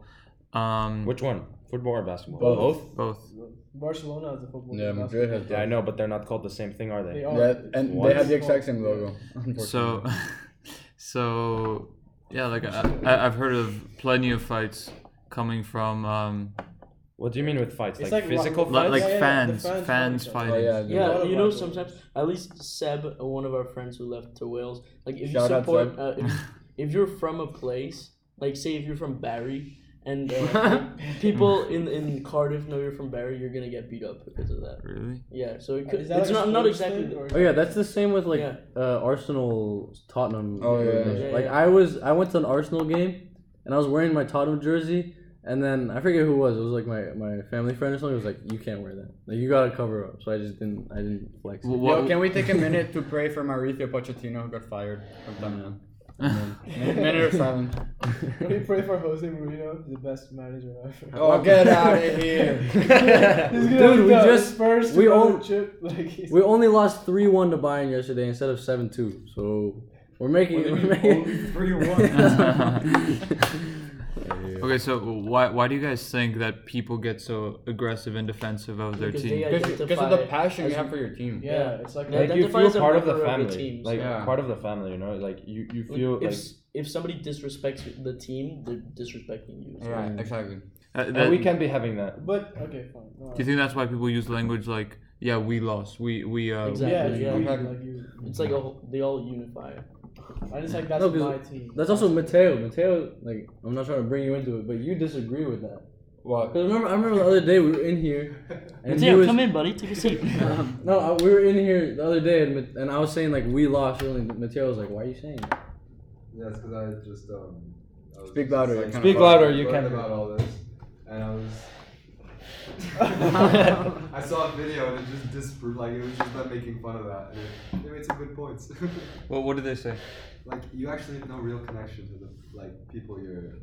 Speaker 1: um,
Speaker 6: Which one? Football or basketball?
Speaker 5: Both.
Speaker 1: both.
Speaker 5: Barcelona has a football.
Speaker 4: Yeah,
Speaker 5: team,
Speaker 4: Madrid has
Speaker 5: basketball.
Speaker 6: Yeah, I know, but they're not called the same thing, are
Speaker 5: They
Speaker 6: they?
Speaker 5: are.
Speaker 4: Yeah, and
Speaker 6: What?
Speaker 4: they have the exact same logo.
Speaker 1: So, [laughs] so yeah, like I, I, I've heard of plenty of fights coming from um,
Speaker 6: What do you mean with fights?
Speaker 5: It's
Speaker 6: Like,
Speaker 5: like
Speaker 6: physical
Speaker 5: ro-
Speaker 1: li-
Speaker 6: fights?
Speaker 1: like
Speaker 5: Yeah, yeah, yeah, the
Speaker 1: fans,
Speaker 5: fans
Speaker 1: fans
Speaker 5: fighting.
Speaker 1: fighting.
Speaker 4: Oh yeah, dude.
Speaker 2: Yeah,
Speaker 5: Yeah.
Speaker 2: you know, sometimes at least Seb, uh, one of our friends who left to Wales, like if
Speaker 4: Shout
Speaker 2: you
Speaker 4: out,
Speaker 2: support,
Speaker 4: Seb.
Speaker 2: uh, if, if you're from a place, like say if you're from Barry, and uh, people in in Cardiff know you're from Barry, you're gonna get beat up because of that.
Speaker 1: Really?
Speaker 2: Yeah, so it could,
Speaker 5: Uh, Is that
Speaker 2: it's
Speaker 5: like
Speaker 2: not
Speaker 5: a
Speaker 2: not
Speaker 5: sports
Speaker 2: exactly.
Speaker 5: thing, or is
Speaker 8: Oh yeah, that's the same with like
Speaker 2: Yeah.
Speaker 8: uh, Arsenal, Tottenham.
Speaker 4: Oh, yeah,
Speaker 8: like,
Speaker 2: yeah.
Speaker 8: Like
Speaker 2: Yeah,
Speaker 8: I was, I went to an Arsenal game, and I was wearing my Tottenham jersey, and then I forget who it was. It was like my, my family friend or something. Was like, you can't wear that. Like you gotta cover up. So I just didn't, I didn't flex. it.
Speaker 1: Wh-
Speaker 4: Yo,
Speaker 1: what-
Speaker 4: can we take a minute to pray for Mauricio Pochettino who got fired from Tottenham? Min- Minute of silence.
Speaker 5: [laughs] Can we pray for Jose Mourinho, the best manager ever? [laughs]
Speaker 4: Oh, get out of
Speaker 6: [laughs]
Speaker 4: here!
Speaker 5: He's gonna
Speaker 8: Dude,
Speaker 5: be
Speaker 8: we
Speaker 5: the
Speaker 8: just-
Speaker 5: first
Speaker 8: we
Speaker 5: we
Speaker 8: all-
Speaker 5: chip. [laughs] Like he's,
Speaker 8: We only lost three one to Bayern yesterday instead of seven two. So
Speaker 12: We're making.
Speaker 13: What do you
Speaker 12: we're
Speaker 13: mean,
Speaker 12: making
Speaker 13: only three one?
Speaker 1: [laughs] Okay, so why why do you guys think that people get so aggressive and defensive of their
Speaker 2: Because
Speaker 1: team? Uh,
Speaker 2: they
Speaker 4: Because of
Speaker 2: identify
Speaker 4: the passion
Speaker 2: as-
Speaker 4: you have for your team.
Speaker 5: Yeah, it's like
Speaker 2: Yeah,
Speaker 6: Like you
Speaker 2: identify
Speaker 6: feel
Speaker 2: as a
Speaker 6: part of the
Speaker 2: member of the
Speaker 6: family,
Speaker 2: team,
Speaker 6: like
Speaker 4: yeah.
Speaker 6: part of the family. You know, like you you
Speaker 2: If,
Speaker 6: feel like
Speaker 2: s- if somebody disrespects the team, they're disrespecting you. So.
Speaker 4: Right, exactly.
Speaker 1: Uh,
Speaker 6: and
Speaker 1: that-
Speaker 6: we can be having that.
Speaker 5: But okay, fine. all
Speaker 1: do you
Speaker 5: right.
Speaker 1: think that's why people use language like "Yeah, we lost. We we uh,
Speaker 2: Exactly.
Speaker 5: Yeah,
Speaker 2: Yeah,
Speaker 5: yeah,
Speaker 4: yeah.
Speaker 5: like you.
Speaker 2: It's like a, whole- they all unify.
Speaker 5: I just like that's
Speaker 12: No, 'cause
Speaker 5: my team.
Speaker 12: that's
Speaker 5: [laughs]
Speaker 12: also Mateo. Mateo, like I'm not trying to bring you into it, but you disagree with that.
Speaker 4: What?
Speaker 12: Cause remember, I remember the other day we were in here, and he
Speaker 2: Mateo,
Speaker 12: was,
Speaker 2: come in, buddy. Take a
Speaker 4: [laughs]
Speaker 2: seat. [laughs]
Speaker 12: no, I, we were in here the other day, and, Ma- and I was saying like we lost, really. and Mateo was like, "Why are you saying that?"
Speaker 3: Yeah, it's because I just um. I was
Speaker 4: Speak louder,
Speaker 3: just,
Speaker 4: you're
Speaker 6: Speak louder. You
Speaker 3: learned
Speaker 6: can.
Speaker 3: about all this, and I
Speaker 6: [laughs]
Speaker 3: was. [laughs] I saw a video and it just disproved, like it was just them making fun of that. And it, they made some good points. [laughs]
Speaker 1: Well, what did they say?
Speaker 3: like you actually have no real connection to the like people you're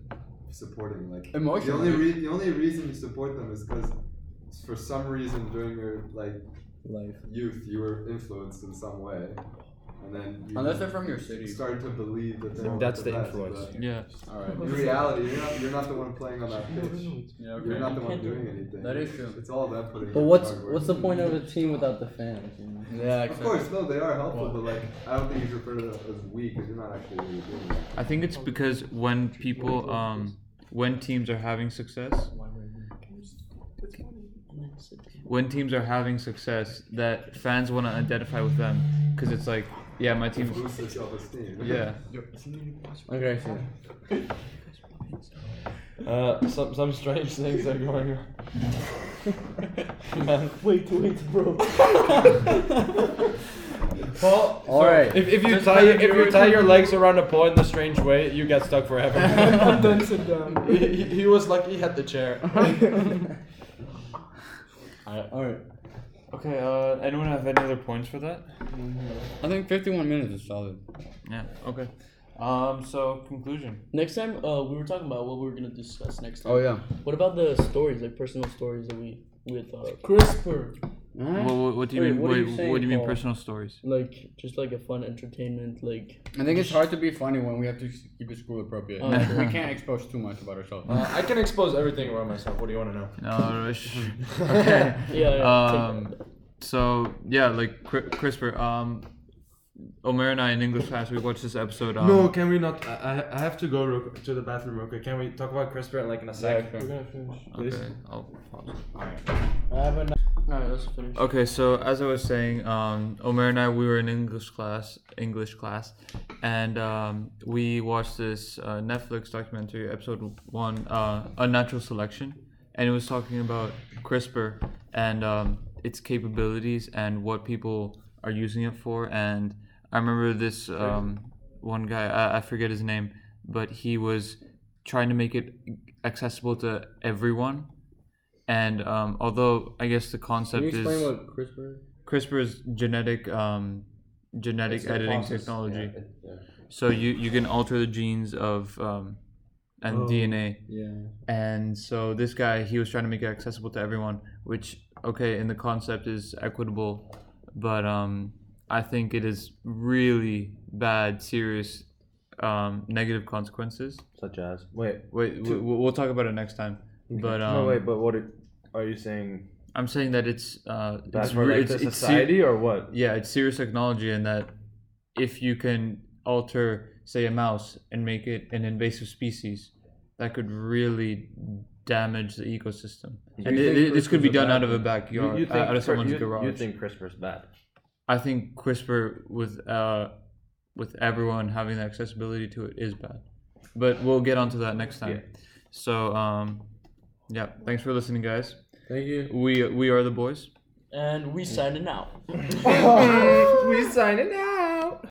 Speaker 3: supporting. Like the
Speaker 4: Emotionally.
Speaker 3: only re- the only reason you support them is because for some reason during your like
Speaker 12: Life.
Speaker 3: youth you were influenced in some way, and then you
Speaker 4: Unless they're from your city.
Speaker 3: started to believe that they're
Speaker 6: That's
Speaker 3: the,
Speaker 6: the
Speaker 3: best,
Speaker 6: influence.
Speaker 3: but
Speaker 1: Yeah,
Speaker 4: Alright.
Speaker 3: In reality, you're not, you're not the one playing on that pitch.
Speaker 4: Yeah,
Speaker 3: You're
Speaker 4: okay.
Speaker 3: not the one doing anything.
Speaker 4: That is true.
Speaker 3: It's all them putting.
Speaker 12: But
Speaker 3: in
Speaker 12: what's
Speaker 3: hard work.
Speaker 12: what's the point of a team without the fans? You know?
Speaker 4: Yeah,
Speaker 3: Of course, no, they are helpful, but like I don't think you should refer to them as weak because you're not actually really doing it.
Speaker 1: I think it's because when people um when teams are having success, when teams are having success, that fans want to identify with them because it's like, yeah, my
Speaker 3: It
Speaker 1: team.
Speaker 3: boosts their self-esteem.
Speaker 1: Yeah,
Speaker 12: Okay, I see.
Speaker 6: Uh, some some strange things are going on.
Speaker 12: [laughs]
Speaker 6: Man.
Speaker 2: wait, wait, bro.
Speaker 6: Paul,
Speaker 12: All right.
Speaker 6: If, if you tie if you tie your legs around a pole in a strange way, you get
Speaker 5: [laughs]
Speaker 6: stuck forever. [laughs]
Speaker 5: I'm done. Sit down.
Speaker 6: he, he- he was lucky he had the chair.
Speaker 12: All right.
Speaker 1: Okay, uh, anyone have any other points for that?
Speaker 4: I think 51 minutes is solid.
Speaker 1: Yeah, okay. Um, so conclusion.
Speaker 2: [laughs] Next time, uh, we were talking about what we were gonna discuss next time.
Speaker 4: Oh, yeah.
Speaker 2: What about the stories, like personal stories that we with uh,
Speaker 5: CRISPR.
Speaker 1: What, what, what do you
Speaker 2: Wait,
Speaker 1: mean?
Speaker 2: what
Speaker 1: What,
Speaker 2: are you
Speaker 1: what,
Speaker 2: saying,
Speaker 1: do you mean
Speaker 2: Paul?
Speaker 1: personal stories?
Speaker 2: like just like a fun entertainment like
Speaker 4: I think it's hard to be funny when we have to keep it school appropriate.
Speaker 2: Oh, yeah.
Speaker 4: we can't expose too much about ourselves.
Speaker 6: Uh, I can expose everything around myself. What do you want to know?
Speaker 1: No, sh- okay.
Speaker 2: yeah. yeah take
Speaker 1: Um, so yeah, like cri- CRISPR. Um, Omer and I in English class we watched this episode. Um,
Speaker 6: No, Oh, can we not? I, I- I have to go real quick to the bathroom real quick. Can we talk about CRISPR like in a sec?
Speaker 5: We're gonna finish.
Speaker 1: Okay, I'll pause.
Speaker 5: I have a
Speaker 2: All right, let's finish.
Speaker 1: Okay, so as I was saying, um, Omer and I we were in English class, English class, and um, we watched this uh, Netflix documentary, episode one, uh, Unnatural Selection, and it was talking about CRISPR and um, its capabilities and what people are using it for. And I remember this um, one guy, I, I forget his name, but he was trying to make it accessible to everyone. And um, although I guess the
Speaker 12: Can
Speaker 1: concept
Speaker 12: you
Speaker 1: is
Speaker 12: explain what CRISPR? is?
Speaker 1: CRISPR is genetic um, genetic editing technology. So you you can alter the genes of um, and DNA.
Speaker 12: Oh, Yeah.
Speaker 1: And so this guy he was trying to make it accessible to everyone, which okay in the concept is equitable, but um, I think it is really bad, serious um, negative consequences.
Speaker 6: Such as wait.
Speaker 1: Wait, we, we'll talk about it next time. But um,
Speaker 6: no wait, but what are, are you saying?
Speaker 1: I'm saying that it's uh,
Speaker 6: Bad
Speaker 1: it's,
Speaker 6: for
Speaker 1: re-
Speaker 6: like,
Speaker 1: it's,
Speaker 6: the
Speaker 1: it's, ser-
Speaker 6: society or what?
Speaker 1: yeah, it's serious technology in that if you can alter, say, a mouse and make it an invasive species, that could really damage the ecosystem. And
Speaker 6: you
Speaker 1: it,
Speaker 6: think
Speaker 1: it- this could be
Speaker 6: CRISPR's a
Speaker 1: done
Speaker 6: bad
Speaker 1: out of a
Speaker 6: thing?
Speaker 1: backyard,
Speaker 6: you, you
Speaker 1: uh, out of
Speaker 6: cri-
Speaker 1: someone's
Speaker 6: you,
Speaker 1: garage.
Speaker 6: You think CRISPR's bad?
Speaker 1: I think CRISPR with uh, with everyone having the accessibility to it is bad, but we'll get onto that next time. So, um, yeah, thanks for listening, guys.
Speaker 12: Thank you.
Speaker 1: We we are the boys.
Speaker 2: And we signing out.
Speaker 6: [laughs] we signing out.